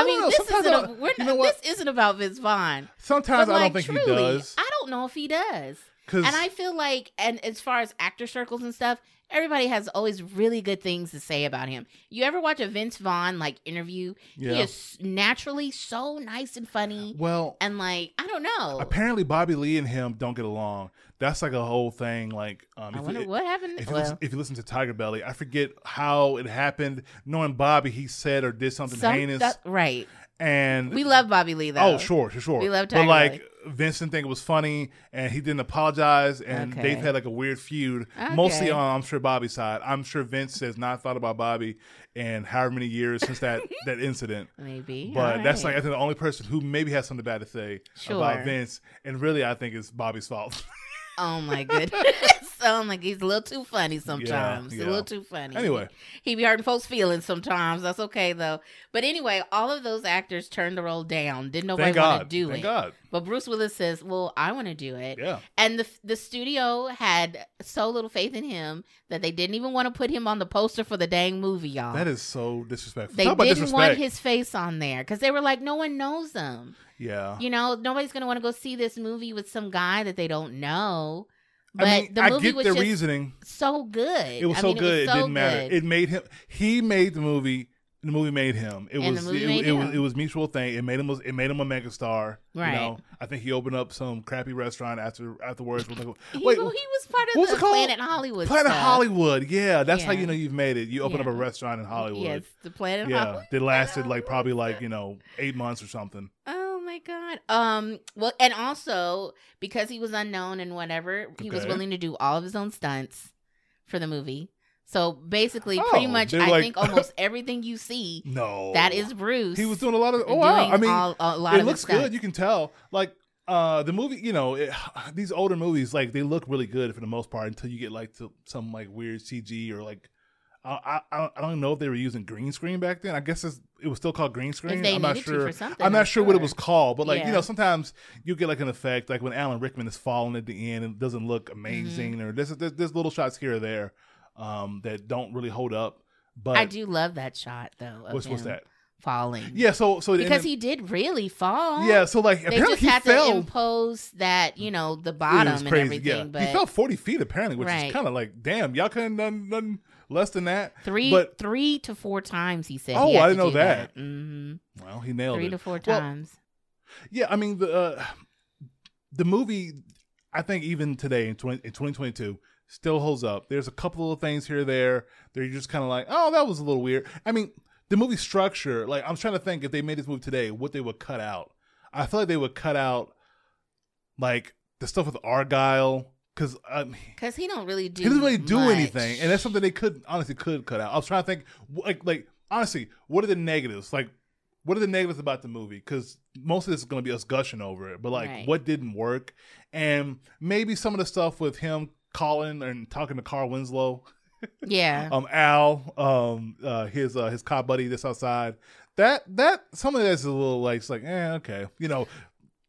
I don't
mean,
know.
this
Sometimes
isn't.
I
A,
don't-
we're
you
not,
know what?
This isn't about Vince Vaughn.
sometimes
But,
I
like,
don't think he
truly,
does.
I don't know if he does.
Cause
And I feel like, and as far as actor circles and stuff, everybody has always really good things to say about him. You ever watch a Vince Vaughn like interview? He
yeah.
is naturally so nice and funny,
well,
and like I don't know.
apparently Bobby Lee and him don't get along. That's like a whole thing. Like, um,
I
if
wonder
it-
what happened.
If you, listen,
Well,
if you listen to Tiger Belly, I forget how it happened. Knowing Bobby, he said or did something
some
heinous,
stuff- right?
and
We love Bobby Lee though.
Oh, sure, sure, sure.
We love
But
Tiger
like Vincent think it was funny, and he didn't apologize, and
Okay.
they've had like a weird feud, mostly
Okay.
on I'm sure Bobby's side. I'm sure Vince has not thought about Bobby in however many years since that that incident.
Maybe,
But
All
that's like
right.
I think the only person who maybe has something bad to say about
Sure.
Vince, and really I think it's Bobby's fault.
Oh my goodness. I'm like he's a little too funny sometimes.
yeah.
A little too funny.
Anyway.
He be hurting folks' feelings sometimes. That's okay though. But anyway, all of those actors turned the role down. Didn't nobody
Thank
want
God.
to do
Thank
it.
God.
But Bruce Willis says, Well, I want to do it.
Yeah.
And the the studio had so little faith in him that they didn't even want to put him on the poster for the dang movie, y'all.
That is so disrespectful.
they
Talk about
didn't want
disrespect.
his face on there because they were like, no one knows him.
yeah.
You know, nobody's gonna want to go see this movie with some guy that they don't know. But
I mean,
the
I
movie
get
was
their
just
reasoning.
so good.
It was
I
so
mean,
good. It,
It, was so
didn't matter.
good.
It made him. He made the movie. The movie made him. It
And
was
the movie
it,
made
it was
him.
it was mutual thing. It made him it made him a megastar.
Right.
You know, I think he opened up some crappy restaurant after afterwards. We're like,
he,
Wait,
well, he was part
what
of
was
the
it called?
Planet Hollywood.
Planet
stuff.
Hollywood. Yeah, that's how
Yeah.
you know you've made it. You open up a
Yeah.
restaurant in Hollywood.
Yes, the Planet
Yeah,
Hollywood.
that lasted like probably like you know eight months or something.
Oh my god. Um. Well, and also because he was unknown and whatever, he was
Okay.
willing to do all of his own stunts for the movie. So basically, pretty
Oh,
much,
they're
I
like-
think almost everything you see
No,
that is Bruce.
he was doing a lot of. Oh
doing
wow! I mean,
all, a lot
it
of
looks
his stunts.
good. You can tell. Like uh, the movie, you know, it, these older movies, like they look really good for the most part until you get like to some like weird CG or like I I, I don't- I don't know if they were using green screen back then. I guess it's, it was still called green screen.
If they
I'm
needed
not sure.
to for something,
I'm not sure what it was called, but like you
Yeah.
know, sometimes you get like an effect, like when Alan Rickman is falling at the end and it doesn't look amazing,
Mm-hmm.
or there's, there's there's little shots here or there um, that don't really hold up. But
I do love that shot though. Of
what's
him
what's that?
falling?
Yeah, so so it ended-
because he did really fall.
yeah, so like
they
apparently
just
he
had
fell.
to impose that you know the
It
bottom
was
and
crazy,
everything. But
he fell forty feet apparently, which is
Right.
kind of like, damn, y'all couldn't done nothing less than that.
three,
but-
three to four times he said.
Oh,
he had
I
to
didn't know
do
that.
hmm
Well, he nailed
Three
it.
to four
Well,
times.
yeah, I mean the uh, the movie, I think even today in twenty in twenty twenty two still holds up. There's a couple of things here or there that you're just kind of like, oh, that was a little weird. I mean, the movie structure, like I'm trying to think if they made this movie today, what they would cut out. I feel like they would cut out like the stuff with Argyle because. Um,
Because he don't really do.
he doesn't really do
much.
anything, and that's something they could honestly could cut out. I was trying to think, wh- like, like honestly, what are the negatives? Like, what are the negatives about the movie? Because most of this is going to be us gushing over it, but like,
Right.
what didn't work, and maybe some of the stuff with him calling and talking to Carl Winslow,
Yeah.
um, Al, um, uh, his uh, his cop buddy that's outside. That that some of that's a little like it's like, eh, okay, you know,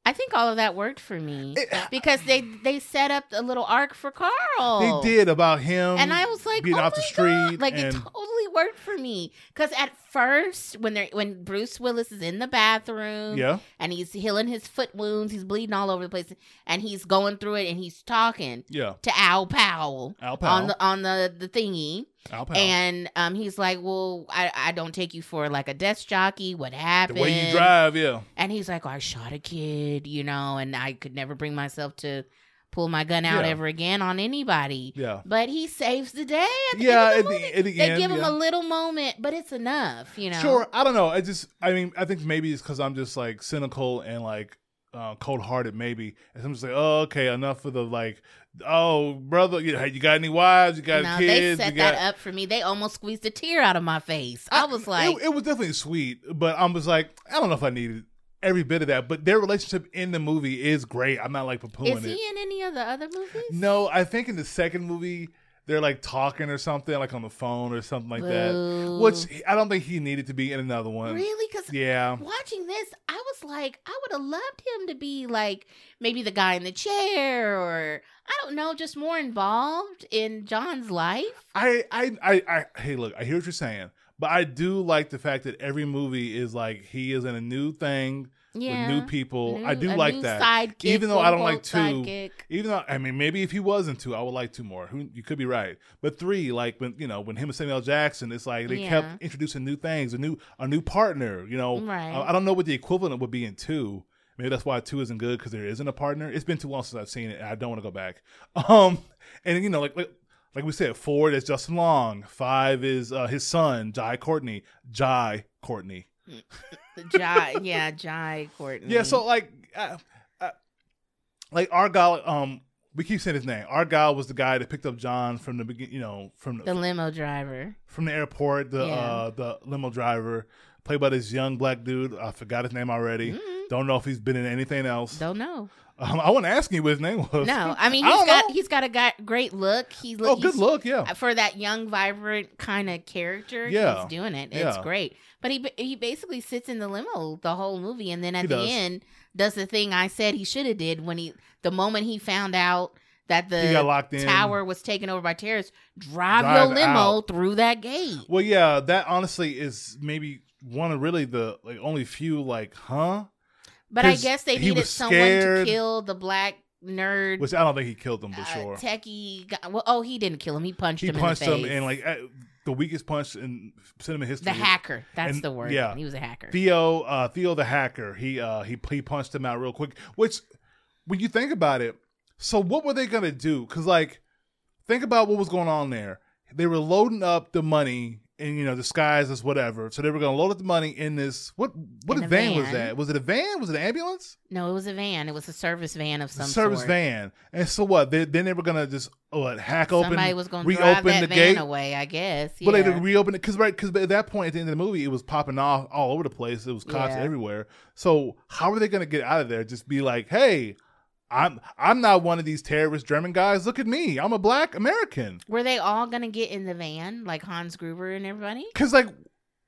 I think all of that worked for me
It-
because they they set up a little arc for Carl.
they did about him,
And I was like,
being
oh
off the
my
street
God. like
and-
it totally worked for me. Because at first, when they when Bruce Willis is in the bathroom,
yeah,
and he's healing his foot wounds, he's bleeding all over the place, and he's going through it, and he's talking
yeah,
to Al Powell
Al Powell,
on the on the the thingy,
Al Powell.
and um, he's like, "Well, I I don't take you for like a desk jockey. What
the
happened?"
way you drive, yeah.
And he's like, "Oh, I shot a kid, you know, and I could never bring myself to pull my gun out
Yeah.
ever again on anybody.
Yeah,
But he saves the day. At the
yeah.
end
At
of the movie.
the, at the
they
end,
give him
yeah.
a little moment, but it's enough, you know.
Sure, I don't know. I just, I mean, I think maybe it's because I'm just like cynical and like uh, cold hearted, maybe. And I'm just like, oh, okay, enough of the like, oh, brother, you, you got any wives? You got
No,
kids?
they set
you got,
that up for me. They almost squeezed a tear out of my face. I, was like,
it, it was definitely sweet, but I was like, I don't know if I needed every bit of that. But their relationship in the movie is great. I'm not like poo-pooing
is
it.
he in any of the other movies?
No, I think in the second movie they're like talking or something, like on the phone or something like that.
Boo.
Which I don't think he needed to be in another one.
really, because
Yeah.
watching this, I was like, I would have loved him to be like maybe the guy in the chair or I don't know, just more involved in John's life.
I, I, I, I, hey, look, I hear what you're saying, But I do like the fact that every movie is like he is in a new thing
Yeah.
with new people. I
New-
do
a
like
new
that.
Sidekick,
Even though I don't like
quote-unquote
two,
sidekick.
Even though I mean, maybe if he wasn't two, I would like two more. Who you could be right, but three, like when you know when him and Samuel L. Jackson, it's like they
Yeah.
kept introducing new things, a new a new partner. You know,
Right.
I, I don't know what the equivalent would be in two. Maybe that's why two isn't good because there isn't a partner. It's been too long since I've seen it. and I don't want to go back. Um, and you know, like like, like we said, four is Justin Long, five is uh, his son Jai Courtney, Jai Courtney.
Jai, yeah, Jai Courtney.
Yeah, so like, uh, uh, like Argyle. Um, we keep saying his name. Argyle was the guy that picked up John from the beginning. You know, from
the limo driver.
from the airport. The
Yeah.
uh, the limo driver, played by this young black dude. I forgot his name already.
Mm,
Don't know if he's been in anything else.
don't know.
Um, I wasn't asking you what his name was.
No, I mean
I
he's
don't
got
know.
he's got a got great look. He look
Oh, good
he's- uh,
look. Yeah.
for that young, vibrant kind of character.
Yeah.
he's doing it. It's
Yeah.
great. But he ba- he basically sits in the limo the whole movie, and then at
He
the
does.
end does the thing I said he should have did when he the moment he found out that
he got
the
locked in.
tower was taken over by terrorists. Drive, your
Drive
limo through that gate.
Well, yeah, that honestly is maybe one of really the like only few like, huh?
But I
'Cause
guess they
he
needed
was
someone to
scared.
kill the black nerd
Which I don't think he killed them for sure.
uh, techie guy. Well, oh, he didn't kill him. He punched
he
him.
punched
in the
him
face.
and like at- the weakest punch in cinema history.
the hacker. That's
and-
the word.
yeah.
he was a hacker.
Theo, uh, Theo the hacker. He uh, he he punched him out real quick. Which, when you think about it, so what were they gonna do? Because like, think about what was going on there. They were loading up the money in you know disguise as whatever. So they were gonna load up the money in this what what
In
a
a
van, was
van.
that? Was it a van? Was it an ambulance?
no, it was a van. It was a service van of
The
some
service
sort.
van. And so what? They, then they were gonna just what hack open,
Somebody was going to drive
reopen
that
the
van
gate.
away. I guess. Yeah.
But they didn't reopen it because right because at that point at the end of the movie it was popping off all over the place. It was cops
Yeah.
everywhere. So how are they going to get out of there? Just be like, hey, I'm I'm not one of these terrorist German guys. Look at me, I'm a black American.
Were they all going to get in the van like Hans Gruber and everybody?
Because like,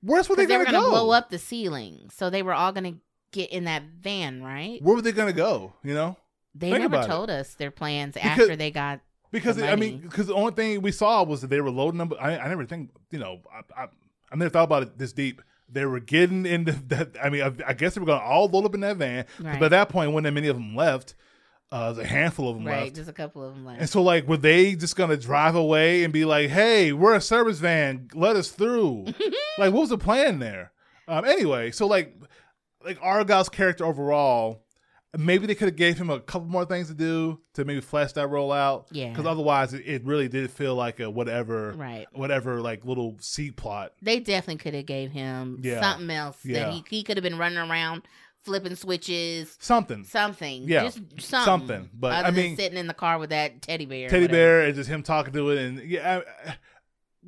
where's were they
'Cause they were
going to
going to
go?
blow up the ceiling, so they were all going to get in that van, right?
Where were they going to go? You know.
They
Think
never
about it.
told us their plans
Because-
after they got
Because
The
I mean,
money.
because the only thing we saw was that they were loading them. I, I never think, you know, I, I, I never thought about it this deep. They were getting in the, that. I mean, I, I guess they were going to all load up in that van. 'Cause
Right.
By that point, when that many of them left, uh, there's a handful of them
right.
left.
Just a couple of them left.
And so, like, were they just going to drive away and be like, "Hey, we're a service van. Let us through." like, what was the plan there? Um, anyway, so like, like Argyle's character overall, maybe they could have gave him a couple more things to do to maybe flesh that role out.
Yeah.
Because otherwise, it, it really did feel like a whatever,
Right.
whatever, like little seed plot.
They definitely could have gave him
Yeah.
something else
Yeah.
that he, he could have been running around flipping switches,
Something.
something.
Yeah.
Just something.
Something. But,
other
I
than
mean-
sitting in the car with that teddy bear. or
Teddy
whatever.
bear and just him talking to it, and yeah, I, I-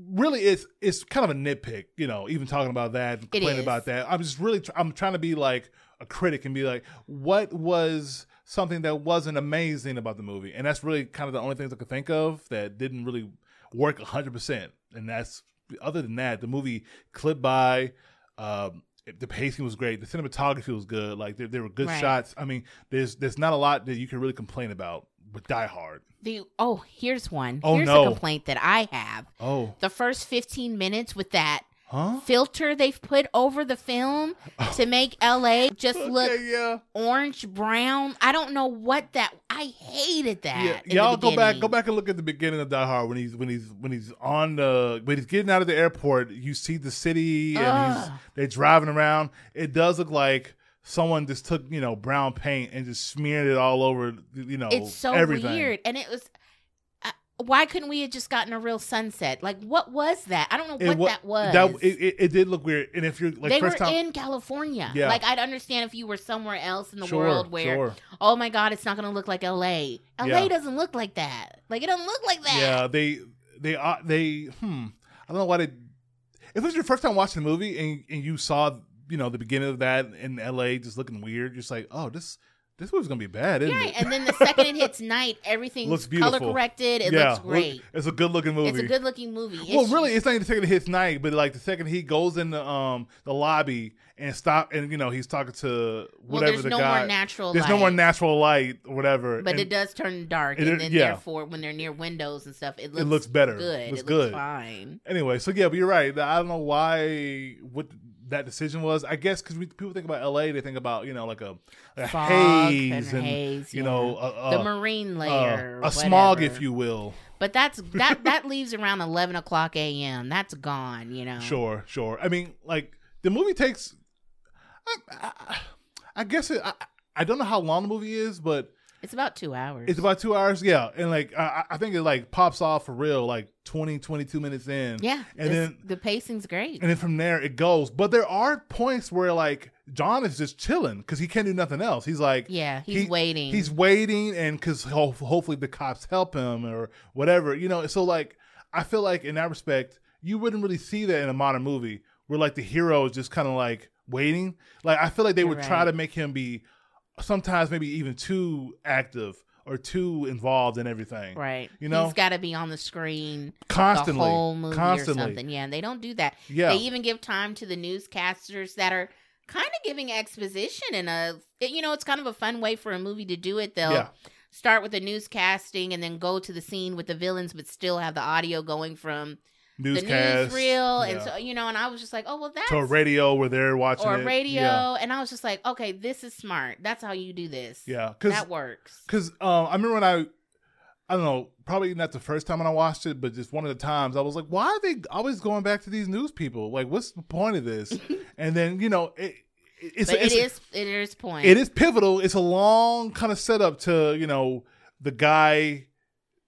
really, it's it's kind of a nitpick, you know. Even talking about that, and complaining
is.
about that, I'm just really tr- I'm trying to be like a critic and be like, what was something that wasn't amazing about the movie? And that's really kind of the only things I could think of that didn't really work 100. percent And that's other than that, the movie clipped by. Um, it- the pacing was great. The cinematography was good. Like there, there were good
Right.
shots. I mean, there's there's not a lot that you can really complain about with Die Hard.
The, oh, here's one.
Oh,
here's
no.
a complaint that I have.
Oh,
The first 15 minutes with that
huh?
filter they've put over the film to make LA just look
Okay, yeah.
orange brown. I don't know what that. I hated that.
Yeah,
in the
y'all go back,
beginning.
go back and look at the beginning of Die Hard when he's when he's when he's on the when he's getting out of the airport. You see the city and he's,
Ugh.
they're driving around. It does look like someone just took you know brown paint and just smeared it all over. You know,
it's so
everything.
weird and it was uh, why couldn't we have just gotten a real sunset like what was that i don't know
It
what
wa-
that was
That it, it, it did look weird. And if you're like
they were
first time,
in california
Yeah.
like i'd understand if you were somewhere else in the
sure,
world where
sure.
oh my god it's not gonna look like la la
Yeah.
doesn't look like that like it doesn't look like that
Yeah, they they uh, they hmm. I don't know why they. If it was your first time watching the movie and and you saw you know the beginning of that in L.A. just looking weird, you're just like, oh, this this movie's gonna be bad, isn't
Right.
it?
And then the second it hits night, everything
Looks
color
beautiful.
corrected. It looks
look-
great.
it's a good looking movie.
It's a good looking movie. It's
well, really, it's not even the second his night, but like the second he goes in the um the lobby and stop, and you know he's talking to
well,
whatever
there's
the
no
guy.
more natural.
there's no more
light,
natural light, or whatever.
But
and
it does turn dark,
It-
and then
yeah.
therefore, when they're near windows and stuff, it
it
looks,
looks better.
good.
It looks
it
good.
looks fine.
Anyway, so yeah, but you're right. I don't know why what that decision was. I guess because people think about L.A., they think about you know like a, a
Fog
haze
and
and,
haze,
you
yeah.
know a, a,
the marine layer,
Uh, a smog, if
whatever.
you will.
But that's that that leaves around eleven o'clock a.m. That's gone, you know.
Sure, sure. I mean, like the movie takes. I, I, I guess it. I, I don't know how long the movie is, but
It's about two hours.
it's about two hours. Yeah, and like I, I I think it like pops off for real, like 20, 22 minutes in.
yeah,
and
it's-
then-
the pacing's great.
And then from there it goes, but there are points where like John is just chilling because he can't do nothing else. He's like,
yeah, he's
he-
waiting.
He's waiting, and because hopefully the cops help him or whatever, you know. So like, I feel like in that respect, you wouldn't really see that in a modern movie where like the hero is just kind of like waiting. Like I feel like they
You're
would try
right.
to make him be sometimes maybe even too active or too involved in everything,
right.
you know?
he's got to be on the screen
Constantly,
the whole movie
constantly,
or something. Yeah, and they don't do that.
yeah.
They even give time to the newscasters that are kind of giving exposition in a it- you know, it's kind of a fun way for a movie to do it. They'll
Yeah.
start with the newscasting and then go to the scene with the villains but still have the audio going from the
Newscast,
newsreel and
yeah.
so you know, and I was just like, "Oh, well that's
to a radio where they're watching
or
it.
radio."
Yeah,
And I was just like, "Okay, this is smart. That's how you do this."
yeah. Cause,
That works.
Because uh, I remember when I, I don't know, probably not the first time when I watched it, but just one of the times I was like, why are they always going back to these news people? Like, what's the point of this? and then you know, it, it- it's,
but
it's
it is it is point.
it is pivotal. It's a long kind of setup to you know the guy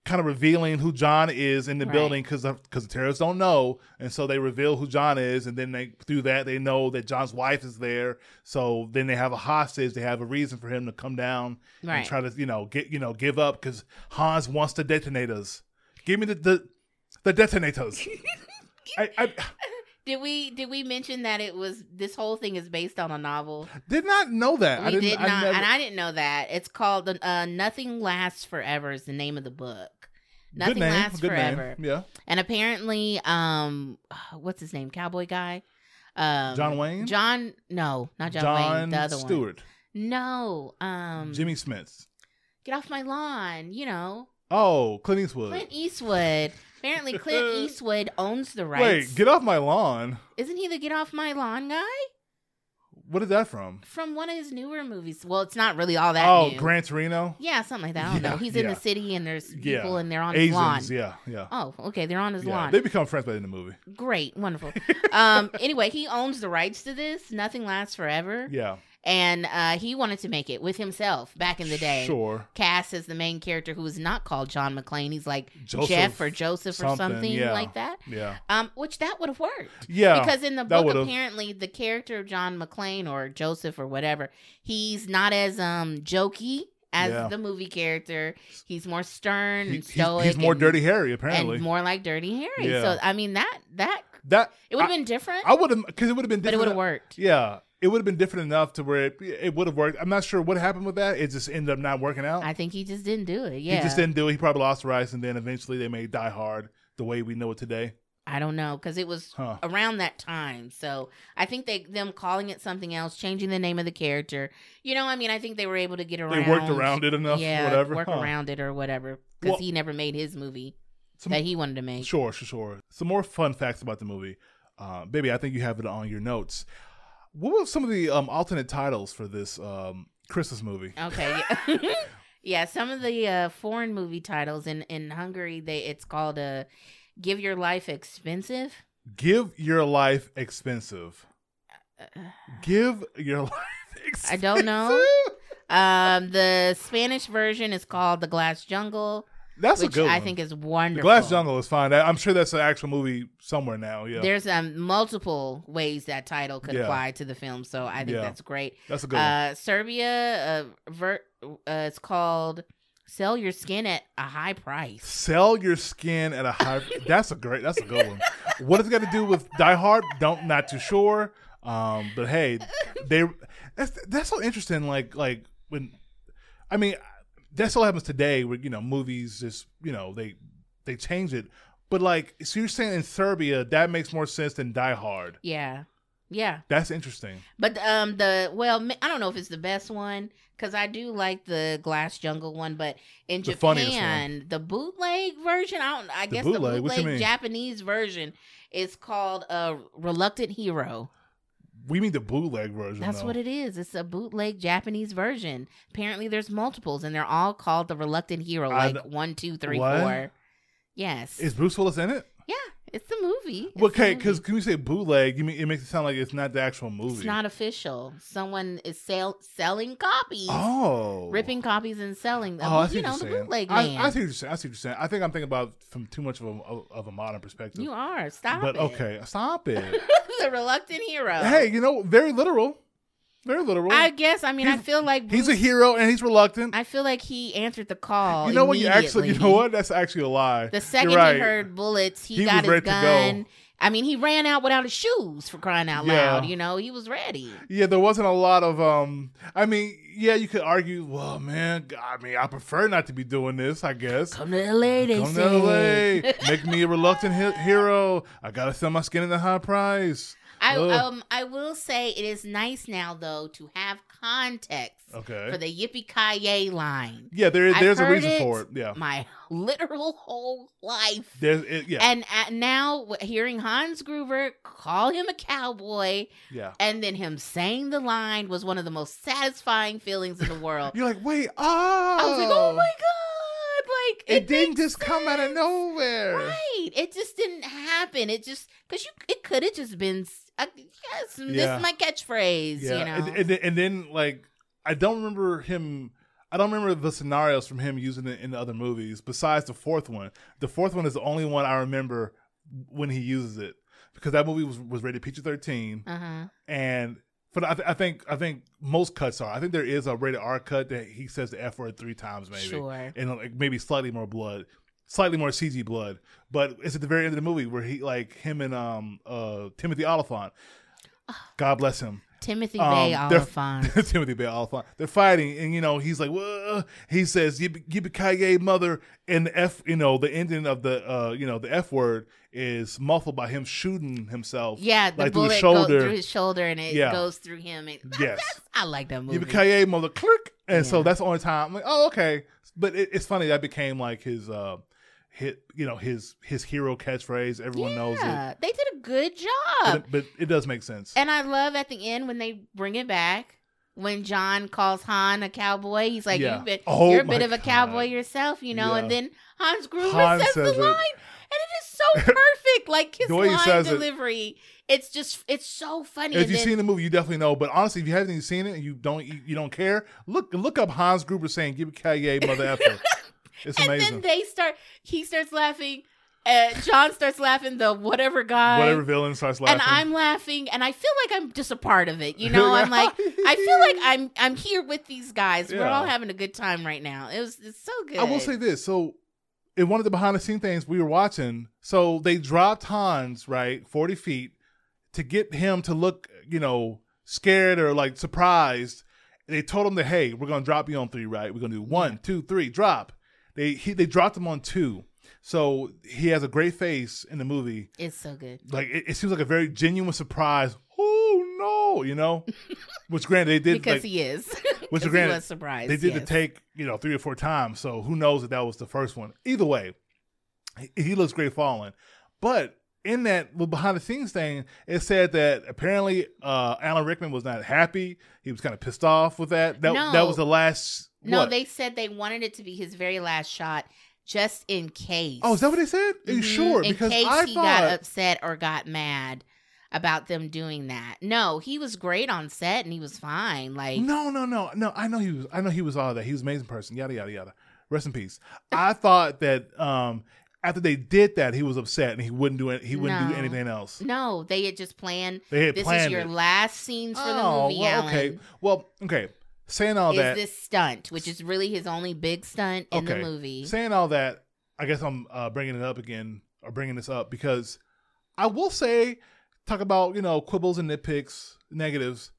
kind of revealing who John is in the
Right.
building because because the terrorists don't know, and so they reveal who John is, and then they through that they know that John's wife is there. So then they have a hostage. They have a reason for him to come down
Right.
and try to you know get you know give up because Hans wants the detonators. Give me the the, the detonators. I, I
Did we did we mention that it was this whole thing is based on a novel?
did not know that. I
we
didn't,
did not,
I never-
and I didn't know that. It's called uh, "Nothing Lasts Forever" is the name of the book.
good
Nothing
name,
lasts
good name,
forever,
Yeah,
and apparently, um, what's his name? Cowboy guy, um,
John Wayne?
John, no, not John, Wayne. The other one.
Stewart.
No, um,
Jimmy Smith.
get off my lawn. You know,
Oh, Clint Eastwood.
Clint Eastwood. Apparently, Clint Eastwood owns the rights.
Wait, get off my lawn.
Isn't he the "Get Off My Lawn" guy
What is that from?
from one of his newer movies? Well, it's not really all that.
oh,
new.
Gran Torino.
Yeah, something like that. I don't
Yeah,
know. He's in
yeah.
the city and there's
Yeah.
people and they're on his lawn.
Asians. Yeah, yeah.
Oh, okay. They're on his
yeah.
lawn.
They become friends by the end of the movie.
Great, wonderful. um, anyway, he owns the rights to this. Nothing lasts forever,
Yeah.
and uh, he wanted to make it with himself back in the day.
Sure.
Cass is the main character who is not called John McClane. He's like
Joseph
Jeff or Joseph or
something,
something
yeah.
like that.
Yeah.
Um, which that would have worked.
Yeah.
because in the
that
book
would've-
apparently the character of John McClane or Joseph or whatever, he's not as um jokey as
Yeah.
the movie character. He's more stern
He-
and
he's,
stoic.
he's more
and,
Dirty Harry apparently.
and more like Dirty Harry.
Yeah.
So I mean that that
that
it would have
I-
been different,
I would have because it would have been
but it
different.
would have worked.
Yeah, it would have been different enough to where it, it would have worked. I'm not sure what happened with that. It just ended up not working out.
I think he just didn't do it. Yeah,
He just didn't do it. He probably lost rights, and then eventually they made Die Hard the way we know it today.
I don't know because it was
Huh.
around that time. So I think they them calling it something else, changing the name of the character. You know, I mean, I think they were able to get around.
They worked around it enough,
yeah,
whatever.
work
huh.
around it or whatever because
Well-
he never made his movie
Some-
that he wanted to make.
Sure, sure, sure. Some more fun facts about the movie. Uh, baby, I think you have it on your notes. What were some of the um, alternate titles for this um, Christmas movie?
Okay. Yeah. Yeah, some of the uh, foreign movie titles in, in Hungary, they it's called uh, "Give Your Life Expensive."
Give Your Life Expensive.
Uh,
Give Your Life Expensive.
I don't know. Um, the Spanish version is called "The Glass Jungle,"
That's a
which
good one.
I think is
The
wonderful.
Glass Jungle is fine. I, I'm sure that's an actual movie somewhere now. Yeah.
There's um, multiple ways that title could
Yeah.
apply to the film, so I think
Yeah.
that's great.
that's a good one.
Uh, Serbia, uh, ver- uh, it's called "Sell Your Skin at a High Price."
Sell your skin at a high. that's a great. That's a good one. What it's got to do with Die Hard? Don't not too sure. Um, but hey, they that's that's so interesting. Like like when I mean, that still happens today where, you know, movies just, you know, they they change it. But like, so you're saying in Serbia, that makes more sense than Die Hard.
Yeah. Yeah.
That's interesting.
But um the well m- I don't know if it's the best one cuz I do like the Glass Jungle one but in
The funniest
Japan the bootleg version I don't I
The
guess the
bootleg? What you
bootleg
mean?
Japanese version is called a uh, Reluctant Hero.
We mean the bootleg version.
That's
though.
what it is. It's a bootleg Japanese version. Apparently there's multiples and they're all called the Reluctant Hero
I
like one, two, three, four.
What?
Yes.
Is Bruce Willis in it?
yeah, it's the movie. It's the
okay,
movie.
because can we say bootleg? You mean it makes it sound like it's not the actual movie.
it's not official. Someone is sell- selling copies.
Oh,
ripping copies and selling them.
Oh, I see what
Um, you know,
you're
the
saying.
bootleg
I,
man.
I see what you're saying. I see what you're saying. I think I'm thinking about from too much of a of a modern perspective.
you are. Stop
but
it.
okay, stop it.
the reluctant hero.
hey, you know, very literal, very literal.
I guess. I mean, I
He's-
feel like
he's
Bruce,
a hero and he's reluctant.
I feel like he answered the call.
you know what? You actually, you know
immediately.
what? That's actually a lie.
The 2nd
You're right.
he heard bullets, he,
He
got
was
his
ready to go.
gun. I mean, he ran out without his shoes for crying out
Yeah.
loud. You know, he was ready.
Yeah, there wasn't a lot of. um I mean, yeah, you could argue. Well, man, God, I mean, I prefer not to be doing this. I guess.
Come to LA, they
Come
say.
to LA, make me a reluctant he- hero. I gotta sell my skin at a high price.
I
Ugh.
um I will say it is nice now though to have context
Okay.
for the Yippee Kaye line.
yeah, there,
I've
there's a
heard
reason
it.
for it. Yeah,
my literal whole life.
there's it, yeah,
And uh, now w- hearing Hans Gruber call him a cowboy
yeah.
and then him saying the line was one of the most satisfying feelings in the world.
You're like, wait, oh,
I was like, oh my God. Like,
it,
it,
didn't just come out of
sense.
nowhere.
right. It just didn't happen. It just, because you, it could have just been, s- uh, yes, this
Yeah.
is my catchphrase, you know.
and, and, then- and then like I don't remember him. I don't remember the scenarios from him using it in the other movies. Besides the fourth one, the fourth one is the only one I remember when he uses it because that movie was was rated PG thirteen,
uh-huh.
and but I, th- I think I think most cuts are. I think there is a rated R cut that he says the F word three times maybe,
Sure.
and like maybe slightly more blood, slightly more CG blood. But it's at the very end of the movie where he like him and um uh Timothy Oliphant. God bless him.
Timothy
Um,
Bay
they're-
Oliphant.
Timothy Bay Oliphant. They're fighting, and you know he's like, "Whoa." he says, "Yippee mother!" And the f, you know, the ending of the, uh, you know, the f word is muffled by him shooting himself.
Yeah, the
like through
bullet
the
goes
shoulder.
through his shoulder and it
Yeah.
goes through him. And
Yes.
I like that movie.
Yippee mother, click. And so
Yeah.
that's the only time. I'm like, oh, okay. But it, it's funny that became like his, uh, hit, you know, his his hero catchphrase. Everyone knows it.
Yeah, they did a good
But,
job.
it, but it does make sense.
and I love at the end when they bring it back. When John calls Han a cowboy, he's like,
Yeah.
You've been,
Oh
You're a bit
my
of a cowboy
God.
yourself, you know? And
Yeah.
then Hans Gruber
Han
says,
says
the
it.
line, and it is so perfect. Like his
The way he
line
says it-
delivery, it's just, it's so funny.
If
and
you've
then-
seen the movie, you definitely know. But honestly, if you haven't even seen it and you don't you, you don't care, look look up Hans Gruber saying "Give me Kanye, mother effer." It's
and
amazing.
then they start, he starts laughing, uh, John starts laughing, the whatever guy.
Whatever villain starts laughing,
and I'm laughing, and I feel like I'm just a part of it. You know, I'm like, I feel like I'm I'm here with these guys. We're
Yeah.
all having a good time right now. It was it's so good.
I will say this. So, in one of the behind the scene things we were watching, so they dropped Hans right forty feet to get him to look, you know, scared or like surprised. They told him that hey, we're gonna drop you on three, right? We're gonna do one, two, three, drop. They he, they dropped him on two. So he has a great face in the movie.
it's so good.
like it, it seems like a very genuine surprise. Oh no, you know, which granted they did
because
like,
he is.
which
Because he
granted
was surprised.
they did
yes.
the take you know three or four times. So who knows if that was the first one? Either way, he, he looks great falling. But in that little behind the scenes thing, it said that apparently uh, Alan Rickman was not happy. He was kind of pissed off with that. That
No.
that was the last.
No,
what?
they said they wanted it to be his very last shot, just in case.
Oh, is that what they said? Are you
Mhm,
sure?
In
Because
case
I
he
thought
got upset or got mad about them doing that. No, he was great on set and he was fine. Like
No, no, no, no. I know he was. I know he was all that. He was an amazing person. Yada yada yada. Rest in peace. I thought that um after they did that, he was upset and he wouldn't do it. He wouldn't do
No.
anything else.
no, they had just planned
They had
This
planned
is your
it.
last scenes for the
Oh,
movie,
well,
Alan.
okay. Well, okay. Saying all
is
that,
this stunt, which is really his only big stunt in
Okay.
the movie.
saying all that, I guess I'm uh, bringing it up again or bringing this up because I will say, talk about you know quibbles and nitpicks, negatives.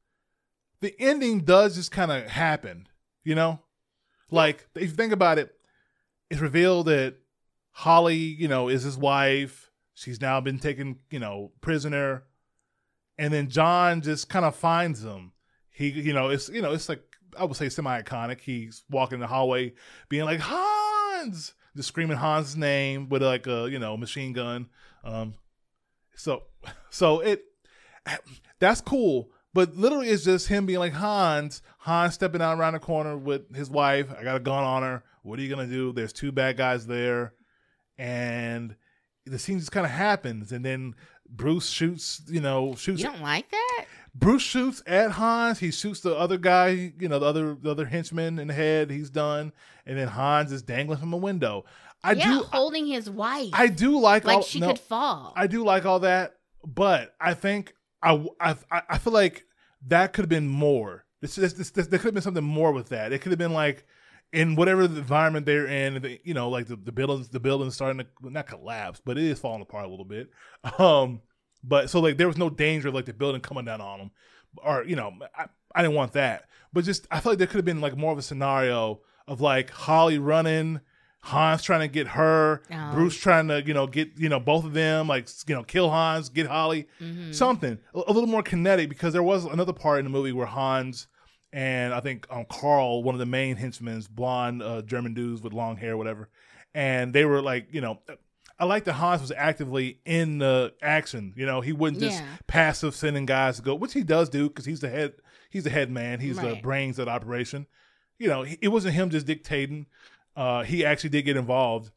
The ending does just kind of happen, you know. Like if you think about it, it's revealed that Holly, you know, is his wife. She's now been taken, you know, prisoner, and then John just kind of finds them. He, you know, it's you know, it's like I would say semi iconic. He's walking the hallway, being like Hans, just screaming Hans' name with like a you know machine gun. Um, so, so it that's cool. But literally, it's just him being like Hans. Hans stepping out around the corner with his wife. I got a gun on her. What are you gonna do? There's two bad guys there, and the scene just kind of happens. And then Bruce shoots. You know, shoots.
You don't like that?
Bruce shoots at Hans. He shoots the other guy. You know, the other the other henchman in the head. He's done. And then Hans is dangling from a window. I
yeah,
do.
holding his wife.
I do like
like
all,
she
no,
could fall.
I do like all that, but I think I I I feel like that could have been more. This, this, this, this there could have been something more with that. It could have been like in whatever the environment they're in, the, you know, like the, the buildings the building's starting to well, not collapse, but it is falling apart a little bit. Um, but so like there was no danger of like the building coming down on them, or you know, I, I didn't want that. But just I feel like there could have been like more of a scenario of like Holly running. Hans trying to get her,
Oh.
Bruce trying to, you know, get, you know, both of them, like, you know, kill Hans, get Holly
Mhm.
something a, a little more kinetic because there was another part in the movie where Hans and I think um, Carl, one of the main henchmen's blonde uh, German dudes with long hair, whatever, and they were like, you know, I like that Hans was actively in the action. You know, he wouldn't just
Yeah.
passive sending guys to go, which he does do because he's the head, he's the head man, he's the
Right.
brains of the operation. You know, he- it wasn't him just dictating. Uh, he actually did get involved,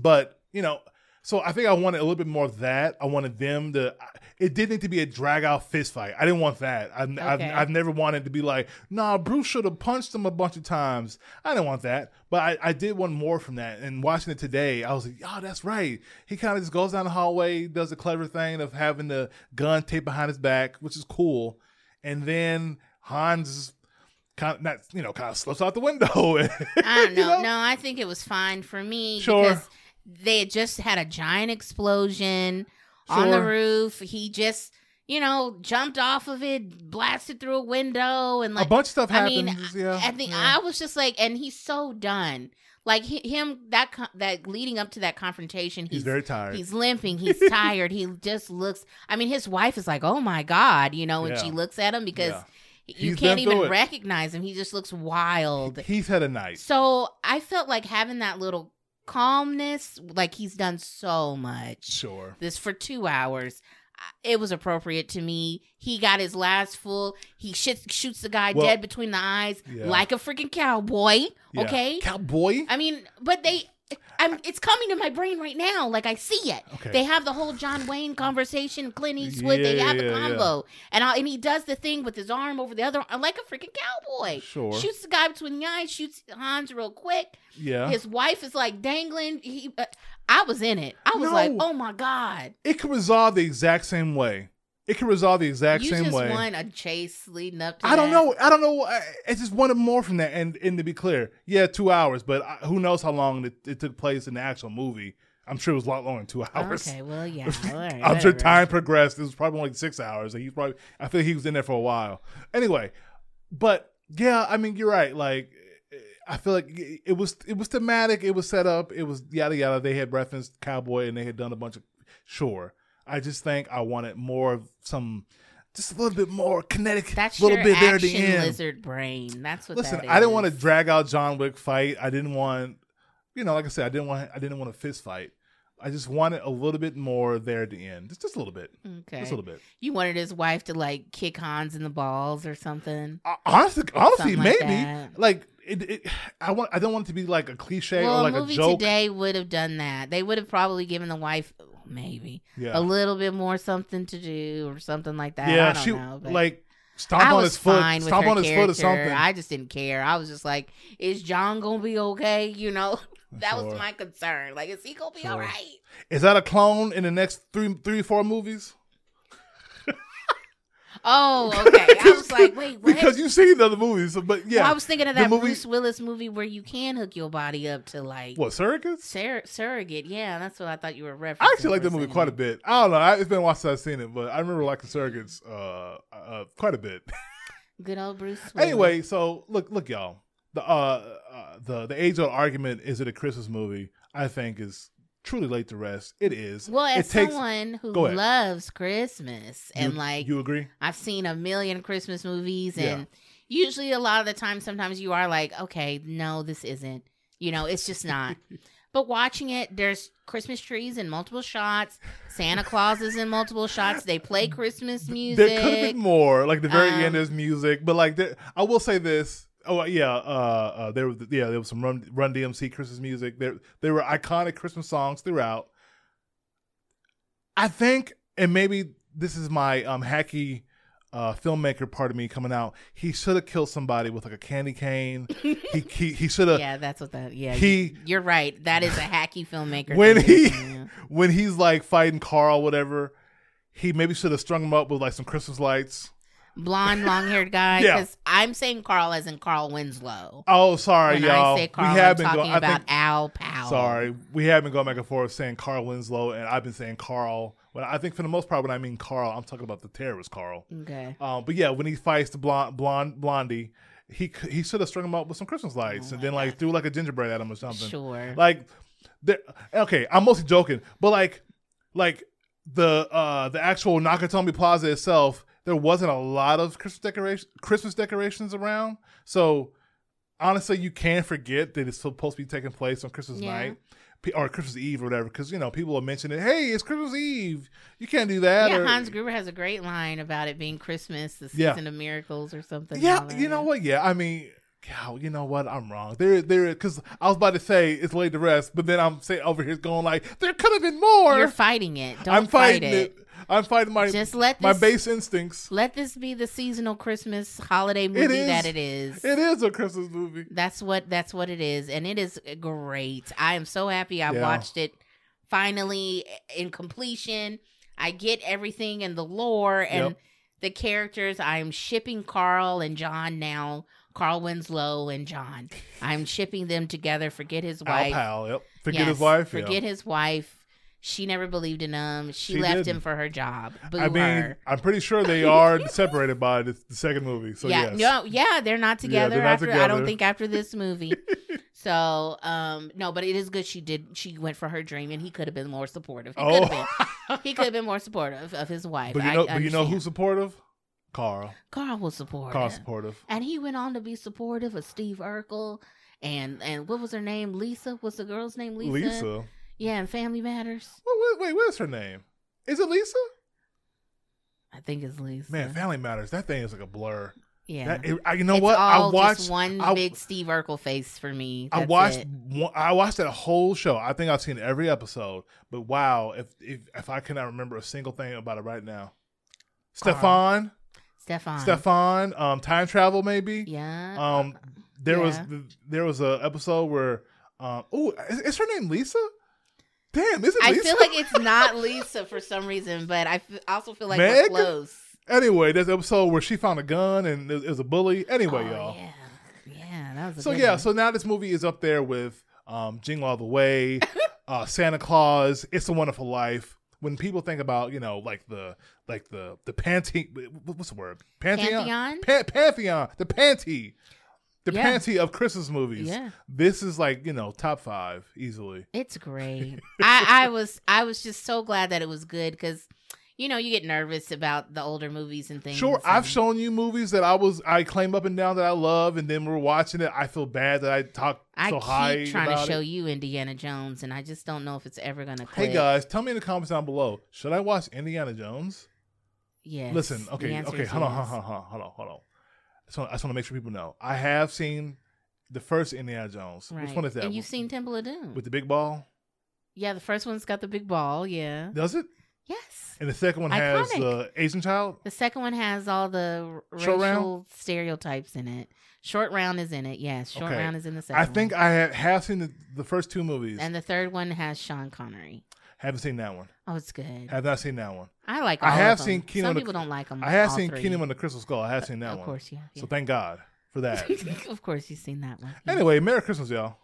but you know, so I think I wanted a little bit more of that. I wanted them to. It did need to be a drag out fist fight. I didn't want that. I, I've,
Okay.
I've never wanted to be like, nah, Bruce should have punched him a bunch of times. I didn't want that, but I, I did want more from that. And watching it today, I was like, oh, that's right. He kind of just goes down the hallway, does the clever thing of having the gun taped behind his back, which is cool. And then Hans kind of not you know kind of slips out the window.
I don't know.
You know?
No, I think it was fine for me
Sure.
because they had just had a giant explosion on the
Sure.
roof. He just, you know, jumped off of it, blasted through a window, and
a
like
bunch of stuff
I mean,
happens. yeah,
I think
yeah.
I was just like, and he's so done. Like hi- him, that co- that leading up to that confrontation,
he's very tired.
He's limping. He's tired. He just looks. I mean, his wife is like, "Oh my god," you know, and she
Yeah.
looks at him because
Yeah.
you
He's
can't
been through
even
it.
recognize him. He just looks wild.
He's had a night.
So I felt like having that little calmness, like he's done so much.
Sure.
This for two hours. I- It was appropriate to me. He got his last full. He shits, shoots the guy
Well-
dead between the eyes
Yeah.
like a freaking cowboy.
Yeah.
Okay.
Cowboy.
I mean, but they, I'm, it's coming to my brain right now. Like I see it.
Okay.
They have the whole John Wayne conversation, Clint Eastwood. they
Yeah,
have
yeah,
the
yeah.
combo, and I, and he does the thing with his arm over the other, arm, like a freaking cowboy.
Sure.
Shoots the guy between the eyes. Shoots Hans real quick.
yeah.
His wife is like dangling. He, uh, I was in it. I was
No.
like, oh my god.
it could resolve the exact same way. It could resolve the exact
you
same
just
way.
won a chase leading up to
I don't
that.
know. I don't know. I, I just wanted more from that. And and to be clear, yeah, two hours. But I, who knows how long it, it took place in the actual movie? I'm sure it was a lot longer than two hours.
Oh, Okay, well, yeah. all right,
I'm sure
whatever.
time progressed. It was probably only six hours. He probably, I think he was in there for a while. Anyway, but yeah, I mean, you're right. Like, I feel like it was it was thematic. It was set up. It was yada yada. They had referenced cowboy and they had done a bunch of sure. I just think I wanted more of some, just a little bit more kinetic,
That's
little
your
bit
action
there at the end.
lizard brain. That's what.
Listen,
that
I didn't
is.
want to drag out John Wick fight. I didn't want, you know, like I said, I didn't want I didn't want a fist fight. I just wanted a little bit more there at the end, just just a little bit.
Okay.
Just a little bit.
You wanted his wife to like kick Hans in the balls or something.
Uh, honestly, honestly,
Something like
maybe
that.
like, it, it. I want. I don't want it to be like a cliche
well,
or like
a
a
movie
joke.
today would have done that. They would have probably given the wife oh, maybe
yeah,
a little bit more something to do or something like that. I
yeah.
don't
She
know, but
like stomp
I
on
was
his foot,
fine with
stomp
her
on his foot or
character.
something.
I just didn't care. I was just like, is John gonna be okay? You know, that was
Sure.
my concern. Like, is he gonna be
Sure.
all right?
Is that a clone in the next three, three, four movies?
Oh, okay. I was like, wait, what?
Because you've seen the other movies, so- but yeah.
Well, I was thinking of
the
that
movie-
Bruce Willis movie where you can hook your body up to like
what surrogates?
Sur- surrogate, yeah, that's what I thought you were referencing.
I actually like that
for
movie
second.
quite a bit. I don't know. I, it's been a while since I've seen it, but I remember liking surrogates uh, uh, quite a bit.
Good old Bruce. Willis.
anyway, so look, look, y'all. the uh, uh the the age old argument is it a Christmas movie? I think is truly late to rest. It is.
Well, as
it takes.
someone who
Go ahead.
loves Christmas and
you,
like
you agree?
I've seen a million Christmas movies,
Yeah.
and usually a lot of the time, sometimes you are like, okay, no, this isn't. You know, it's just not. but watching it, there's Christmas trees in multiple shots, Santa Claus is in multiple shots. They play Christmas music.
There could have been more. Like the very
Um,
end, there's music, but like there, I will say this. Oh yeah, uh, uh, there was yeah there was some Run, Run DMC Christmas music. There there were iconic Christmas songs throughout. I think, and maybe this is my um hacky uh filmmaker part of me coming out. He should have killed somebody with like a candy cane. he he, he should have
yeah, that's what that. Yeah,
he
you're right. That is a hacky filmmaker.
When
thing.
he-
Yeah.
when he's like fighting Carl whatever. He maybe should have strung him up with like some Christmas lights.
blonde, long-haired guy.
Yeah.
Because I'm saying Carl as in Carl Winslow.
Oh, sorry,
when
y'all.
I say Carl,
we have
I'm
been
talking
going. I
about
think
Al Powell.
Sorry, we have been going back and forth saying Carl Winslow, and I've been saying Carl. When I think for the most part, when I mean Carl, I'm talking about the terrorist Carl.
Okay.
Um, but yeah, when he fights the blonde, blonde Blondie, he c- he should have strung him up with some Christmas lights,
Oh
and
my
then like
God.
threw like a gingerbread at him or something.
Sure.
Like, there. Okay, I'm mostly joking, but like, like the uh the actual Nakatomi Plaza itself, there wasn't a lot of Christmas decoration Christmas decorations around, so. Honestly, you can forget that it's supposed to be taking place on Christmas
Yeah.
night pe- or Christmas Eve or whatever, because you know people will mention it. Hey, it's Christmas Eve. You can't do that.
yeah,
or-
Hans Gruber has a great line about it being Christmas, the
Yeah.
season of miracles, or something.
Yeah,
all that.
you know what? Yeah, I mean, cow, you know what? I'm wrong. There, there, because I was about to say it's laid to rest, but then I'm saying over here going like there could have been more.
You're fighting it. Don't
I'm
fight
fighting
it.
it. I'm fighting my
Just let this,
my base instincts.
let this be the seasonal Christmas holiday movie
is.
that it is.
It is a Christmas movie.
that's what that's what it is, and it is great. I am so happy I
Yeah.
watched it finally in completion. I get everything and the lore and
Yep.
the characters. I'm shipping Carl and John now. Carl Winslow and John. I'm shipping them together. Forget his
Al
wife.
Pal. Yep. Forget
Yes,
his wife. yeah.
Forget his wife. She never believed in him. She,
She
left
didn't.
him for her job. Boo
I mean,
her.
I'm pretty sure they are separated by the, the second movie. So
yeah,
yes.
no, yeah, they're not
Yeah,
together.
they're not
after I don't
together.
think after this movie. so, um, no, but it is good. She did. She went for her dream, and he could have been more supportive. He could have
oh,
been. He could have been more supportive of his wife.
but you
I
know, but you know
understand.
who's supportive? Carl.
Carl was supportive.
Carl supportive.
and he went on to be supportive of Steve Urkel. And and what was her name? Lisa was the girl's name. Lisa.
Lisa. Wait,
Yeah, and Family Matters.
wait, wait, what's her name? Is it Lisa?
I think it's Lisa.
Man, Family Matters. That thing is like a blur.
yeah.
That, it, I, you know
it's
what?
All
I watched.
just one
I-
big Steve Urkel face for me.
I
That's
watched.
it.
One, I watched that whole show. I think I've seen every episode. But wow, if if, if I cannot remember a single thing about it right now, Stefan,
Stefan.
Stefan, um, time travel maybe.
Yeah.
Um, there was
Yeah.
there was a episode where, um, oh, is, is her name Lisa? Damn, is it
I
Lisa?
feel like it's not Lisa for some reason, but I f- also feel like
Meg?
we're close.
anyway, there's an episode where she found a gun and it, it was a bully. Anyway,
Oh,
y'all.
Yeah. Yeah, that was a
So
good
yeah,
one.
so now this movie is up there with um, Jingle All the Way, uh, Santa Claus, It's a Wonderful Life. When people think about you know like the like the the panty what's the word pantheon
Pantheon.
Pa- pantheon the panty the
Yeah.
panty of Christmas movies.
Yeah.
This is like you know top five easily.
It's great. I, I was I was just so glad that it was good because, you know, you get nervous about the older movies and things.
Sure, I've
and-
shown you movies that I was I claim up and down that I love, and then we're watching it. I feel bad that I talk
I
so
keep
high.
trying to
about it.
show you Indiana Jones, and I just don't know if it's ever gonna. Click.
Hey guys, tell me in the comments down below. Should I watch Indiana Jones?
yes.
Listen,
The
okay,
answer
okay,
is
hold on,
yes.
hold on, hold on, hold on, hold on. I just want, I just want to make sure people know. I have seen the first Indiana Jones.
Right.
Which one is that?
And you've seen Temple of Doom.
with the big ball?
yeah, the first one's got the big ball. Yeah.
Does it?
Yes.
And the second one has
Iconic.
the Asian child.
The second one has all the r-
Short
racial
round?
stereotypes in it. Short round is in it. Yes, short
Okay.
round is in the second.
I think I have, have seen the, the first two movies.
one. and the third one has Sean Connery.
Haven't seen that one.
Oh, it's good.
Have not seen that one.
I like.
I
all of
have
them.
seen Kingdom
Some
of the-
people don't like them.
I have seen Kingdom and the Crystal Skull. I have seen that
Mm, Of
one.
course, yeah. yeah.
So thank God for that.
of course, you've seen that one. Yeah.
anyway, Merry Christmas, y'all.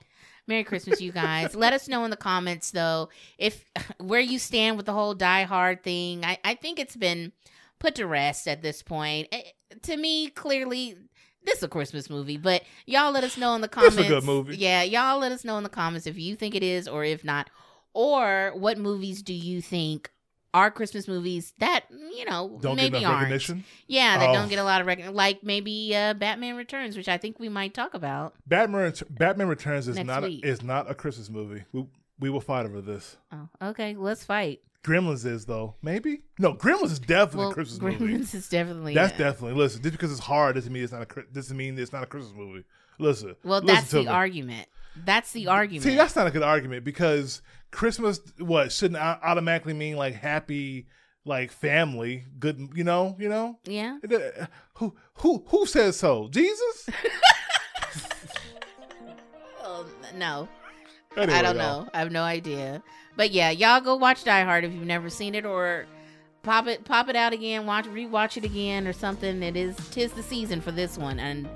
Merry Christmas, you guys. Let us know in the comments though if where you stand with the whole Die Hard thing. I, I think it's been put to rest at this point. Eh, to me, clearly, this is a Christmas movie, but y'all let us know in the
This
comments.
is a good movie.
Yeah, y'all let us know in the comments if you think it is or if not, or what movies do you think are Christmas movies that you know
Don't
maybe
get enough
aren't.
recognition.
Yeah, that
Oh.
don't get a lot of recognition. Like maybe uh, Batman Returns, which I think we might talk about.
Batman Ret- Batman Returns is
Next
not
week.
a, is not a Christmas movie. We we will fight over this.
Oh, okay, let's fight.
Gremlins is though. Maybe no. Gremlins is definitely
Well,
a Christmas
Gremlins
movie.
is definitely
That's
a-
definitely listen. Just because it's hard doesn't mean it's not a Chri- doesn't mean it's not a Christmas movie. Listen.
Well,
listen
that's
to
the
me.
argument. That's the argument.
See, that's not a good argument because Christmas what shouldn't au- automatically mean like happy, like family, good. You know, you know.
yeah.
It- uh, Who who who says so? Jesus?
Oh, n- no,
Anyway,
I don't
y'all.
know. I have no idea. But yeah, y'all go watch Die Hard if you've never seen it, or pop it pop it out again, watch rewatch it again or something. It is tis the season for this one, and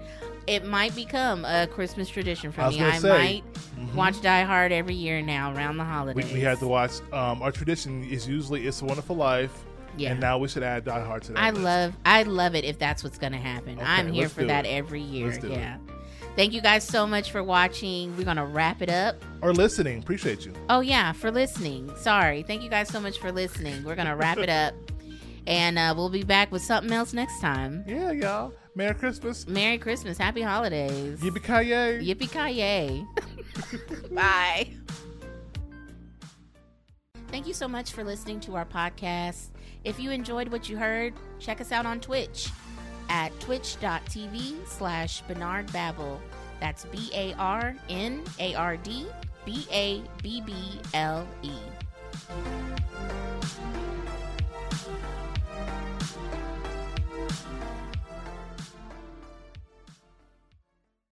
it might become a Christmas tradition
I
for
was
me.
gonna
I
say,
might
Mhm.
watch Die Hard every year now around the
We,
holidays.
we had to watch. Um, our tradition is usually "It's a Wonderful Life,"
Yeah.
and now we should add "Die Hard" to that.
I
list.
love I love it if that's what's gonna happen.
Okay,
I'm here
let's
for
do
that
it.
every year.
Let's do it.
yeah. Thank you guys so much for watching. We're gonna wrap it up.
or listening. Appreciate you.
Oh yeah, for listening. Sorry. Thank you guys so much for listening. We're gonna wrap it up. And uh, we'll be back with something else next time.
Yeah, y'all. Merry Christmas.
Merry Christmas, happy holidays.
Yippee ki yay!
Yippee ki yay. Bye. Thank you so much for listening to our podcast. If you enjoyed what you heard, check us out on Twitch at twitch.tv slash Bernard Babel. That's B A R N A R D B A B B L E.